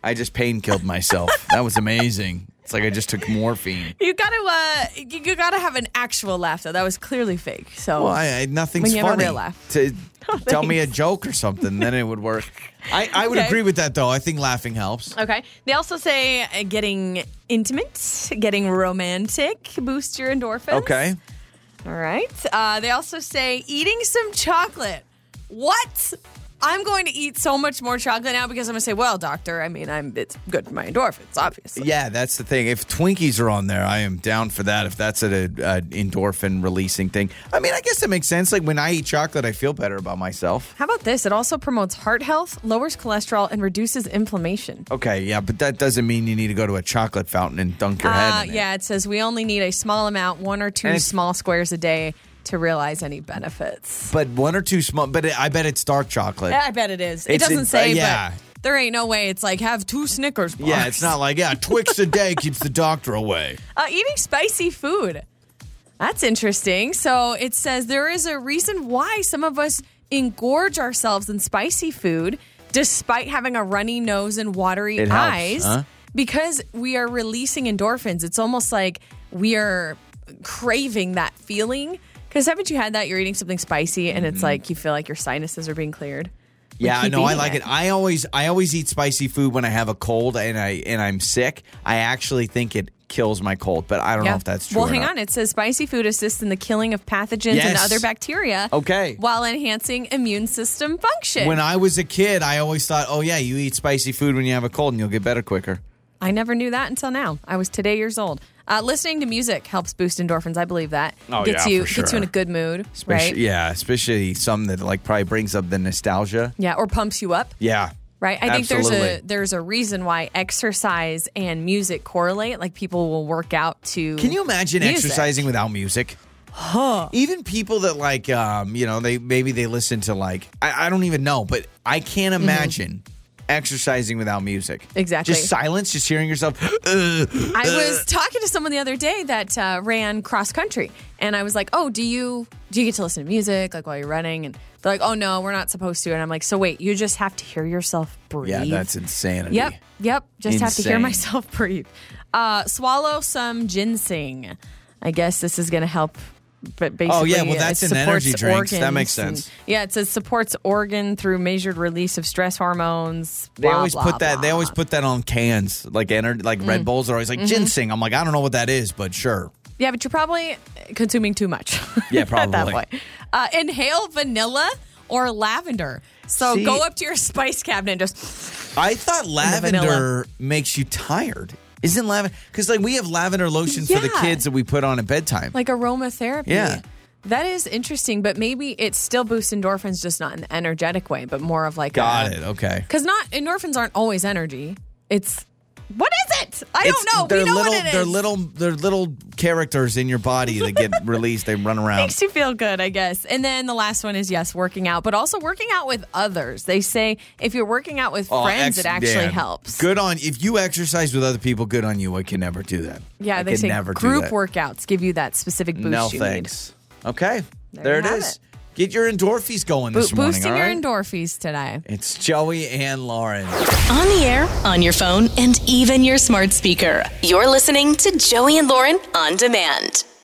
Speaker 2: I just pain killed myself. that was amazing. It's like I just took morphine.
Speaker 3: You gotta, uh, you you gotta have an actual laugh though. That was clearly fake. So,
Speaker 2: Well, I, I nothing's
Speaker 3: When you have a
Speaker 2: funny.
Speaker 3: real laugh. Oh,
Speaker 2: To tell me a joke or something, then it would work. I, I would
Speaker 3: Okay.
Speaker 2: agree with that though. I think laughing helps.
Speaker 3: okay. They also say uh, getting intimate, getting romantic, boosts your endorphins.
Speaker 2: Okay.
Speaker 3: All right. Uh, they also say eating some chocolate. What? I'm going to eat so much more chocolate now because I'm gonna say, well, doctor, I mean, I'm it's good for my endorphins, obviously.
Speaker 2: Yeah, that's the thing. If Twinkies are on there, I am down for that. If that's an endorphin releasing thing, I mean, I guess that makes sense. Like when I eat chocolate, I feel better about myself.
Speaker 3: How about this? It also promotes heart health, lowers cholesterol, and reduces inflammation.
Speaker 2: Okay, yeah, but that doesn't mean you need to go to a chocolate fountain and dunk your
Speaker 3: Uh,
Speaker 2: head. In it.
Speaker 3: yeah, it says we only need a small amount, one or two
Speaker 2: And it's-
Speaker 3: small squares a day to realize any benefits.
Speaker 2: But one or two small. But it, I bet it's dark chocolate.
Speaker 3: Yeah, I bet it is. It
Speaker 2: It's
Speaker 3: doesn't
Speaker 2: in-
Speaker 3: say,
Speaker 2: uh, yeah.
Speaker 3: but there ain't no way. It's like have two Snickers bars.
Speaker 2: Yeah, it's not like yeah, Twix a day keeps the doctor away.
Speaker 3: Uh, eating spicy food. That's interesting. So it says there is a reason why some of us engorge ourselves in spicy food despite having a runny nose and watery
Speaker 11: It helps,
Speaker 3: eyes
Speaker 11: huh?
Speaker 3: because we are releasing endorphins. It's almost like we are craving that feeling. Because haven't you had that? You're eating something spicy and it's like you feel like your sinuses are being cleared.
Speaker 2: Mm-hmm.
Speaker 3: We
Speaker 2: Yeah,
Speaker 3: keep
Speaker 2: no, I
Speaker 3: eating
Speaker 2: like it. I always I always eat spicy food when I have a cold and I and I'm sick. I actually think it kills my cold, but I don't know if that's true.
Speaker 3: Well,
Speaker 2: or
Speaker 3: hang
Speaker 2: not.
Speaker 3: on. It says spicy food assists in the killing of pathogens and
Speaker 2: Yes.
Speaker 3: other bacteria.
Speaker 2: Okay.
Speaker 3: While enhancing immune system function.
Speaker 2: When I was a kid, I always thought, oh yeah, you eat spicy food when you have a cold and you'll get better quicker.
Speaker 3: I never knew that until now. I was today years old. Uh, listening to music helps boost endorphins. I believe that.
Speaker 2: Oh,
Speaker 3: gets
Speaker 2: yeah,
Speaker 3: you
Speaker 2: for
Speaker 3: gets you in a
Speaker 2: sure.
Speaker 3: good mood,
Speaker 2: Especially,
Speaker 3: right?
Speaker 2: Yeah, especially some that like probably brings up the nostalgia.
Speaker 3: Yeah, or pumps you up.
Speaker 2: Yeah.
Speaker 3: Right? I think there's a
Speaker 2: Absolutely.
Speaker 3: there's a reason why exercise and music correlate. Like people will work out to
Speaker 2: Can you imagine
Speaker 3: music.
Speaker 2: exercising without music? Huh. Even people that like, um, you know, they maybe they listen to like I, I don't even know, but I can't imagine exercising without music.
Speaker 3: Mm-hmm. Exactly.
Speaker 2: Just silence, just hearing yourself. I
Speaker 3: I was talking to someone the other day that uh, ran cross country, and I was like, "Oh, do you do you get to listen to music like while you're running?" And they're like, "Oh no, we're not supposed to." And I'm like, "So wait, you just have to hear yourself breathe."
Speaker 2: Yeah, that's insanity.
Speaker 3: Yep, yep. Just have to hear
Speaker 2: Insane.
Speaker 3: myself breathe. Uh, swallow some ginseng. I guess this is going to help. But basically, uh,
Speaker 2: Oh, yeah, well,
Speaker 3: it
Speaker 2: that's in
Speaker 3: supports
Speaker 2: energy drinks. That
Speaker 3: organs
Speaker 2: makes
Speaker 3: and-
Speaker 2: sense.
Speaker 3: yeah, it says supports organ through measured release of stress hormones.
Speaker 2: They
Speaker 3: blah,
Speaker 2: always
Speaker 3: blah,
Speaker 2: put that. They always put that on cans, like ener- like Red
Speaker 3: Mm.
Speaker 2: Bulls are always like
Speaker 3: Mhm.
Speaker 2: ginseng. I'm like, I don't know what that is, but sure.
Speaker 3: Yeah, but you're probably consuming too much.
Speaker 2: Yeah,
Speaker 3: Not that
Speaker 2: probably.
Speaker 3: way. Uh, inhale vanilla or lavender. So
Speaker 2: See-
Speaker 3: go up to your spice cabinet and just.
Speaker 2: I thought lavender makes you tired. Isn't lavender? Because like we have lavender lotion for the
Speaker 3: Yeah.
Speaker 2: kids that we put on at bedtime.
Speaker 3: Like aromatherapy.
Speaker 2: Yeah.
Speaker 3: That is interesting, but maybe it still boosts endorphins, just not in the energetic way, but more of like.
Speaker 2: Got it. Okay.
Speaker 3: Because not endorphins aren't always energy. It's. What is it? it? I don't know.
Speaker 2: They're
Speaker 3: We know
Speaker 2: little,
Speaker 3: what it
Speaker 2: They're
Speaker 3: is.
Speaker 2: little, they're little characters in your body that get released. They run around.
Speaker 3: Makes you feel good, I guess. And then the last one is yes, working out, but also working out with others. They say if you're working out with
Speaker 2: Oh,
Speaker 3: friends,
Speaker 2: ex-
Speaker 3: it actually
Speaker 2: yeah.
Speaker 3: helps.
Speaker 2: Good on if you exercise with other people. Good on you. I can never do that.
Speaker 3: Yeah,
Speaker 2: I
Speaker 3: they
Speaker 2: can
Speaker 3: say
Speaker 2: never do
Speaker 3: group
Speaker 2: that.
Speaker 3: workouts give you that specific boost
Speaker 2: No
Speaker 3: you
Speaker 2: thanks. Okay,
Speaker 3: There
Speaker 2: there,
Speaker 3: you
Speaker 2: it
Speaker 3: have
Speaker 2: is. Get your endorphins going
Speaker 3: need. Bo-
Speaker 2: this morning.
Speaker 3: boosting
Speaker 2: all
Speaker 3: your
Speaker 2: right?
Speaker 3: endorphins today.
Speaker 2: it's Joey and Lauren.
Speaker 1: On the air, on your phone, and even your smart speaker. You're listening to Joey and Lauren on demand.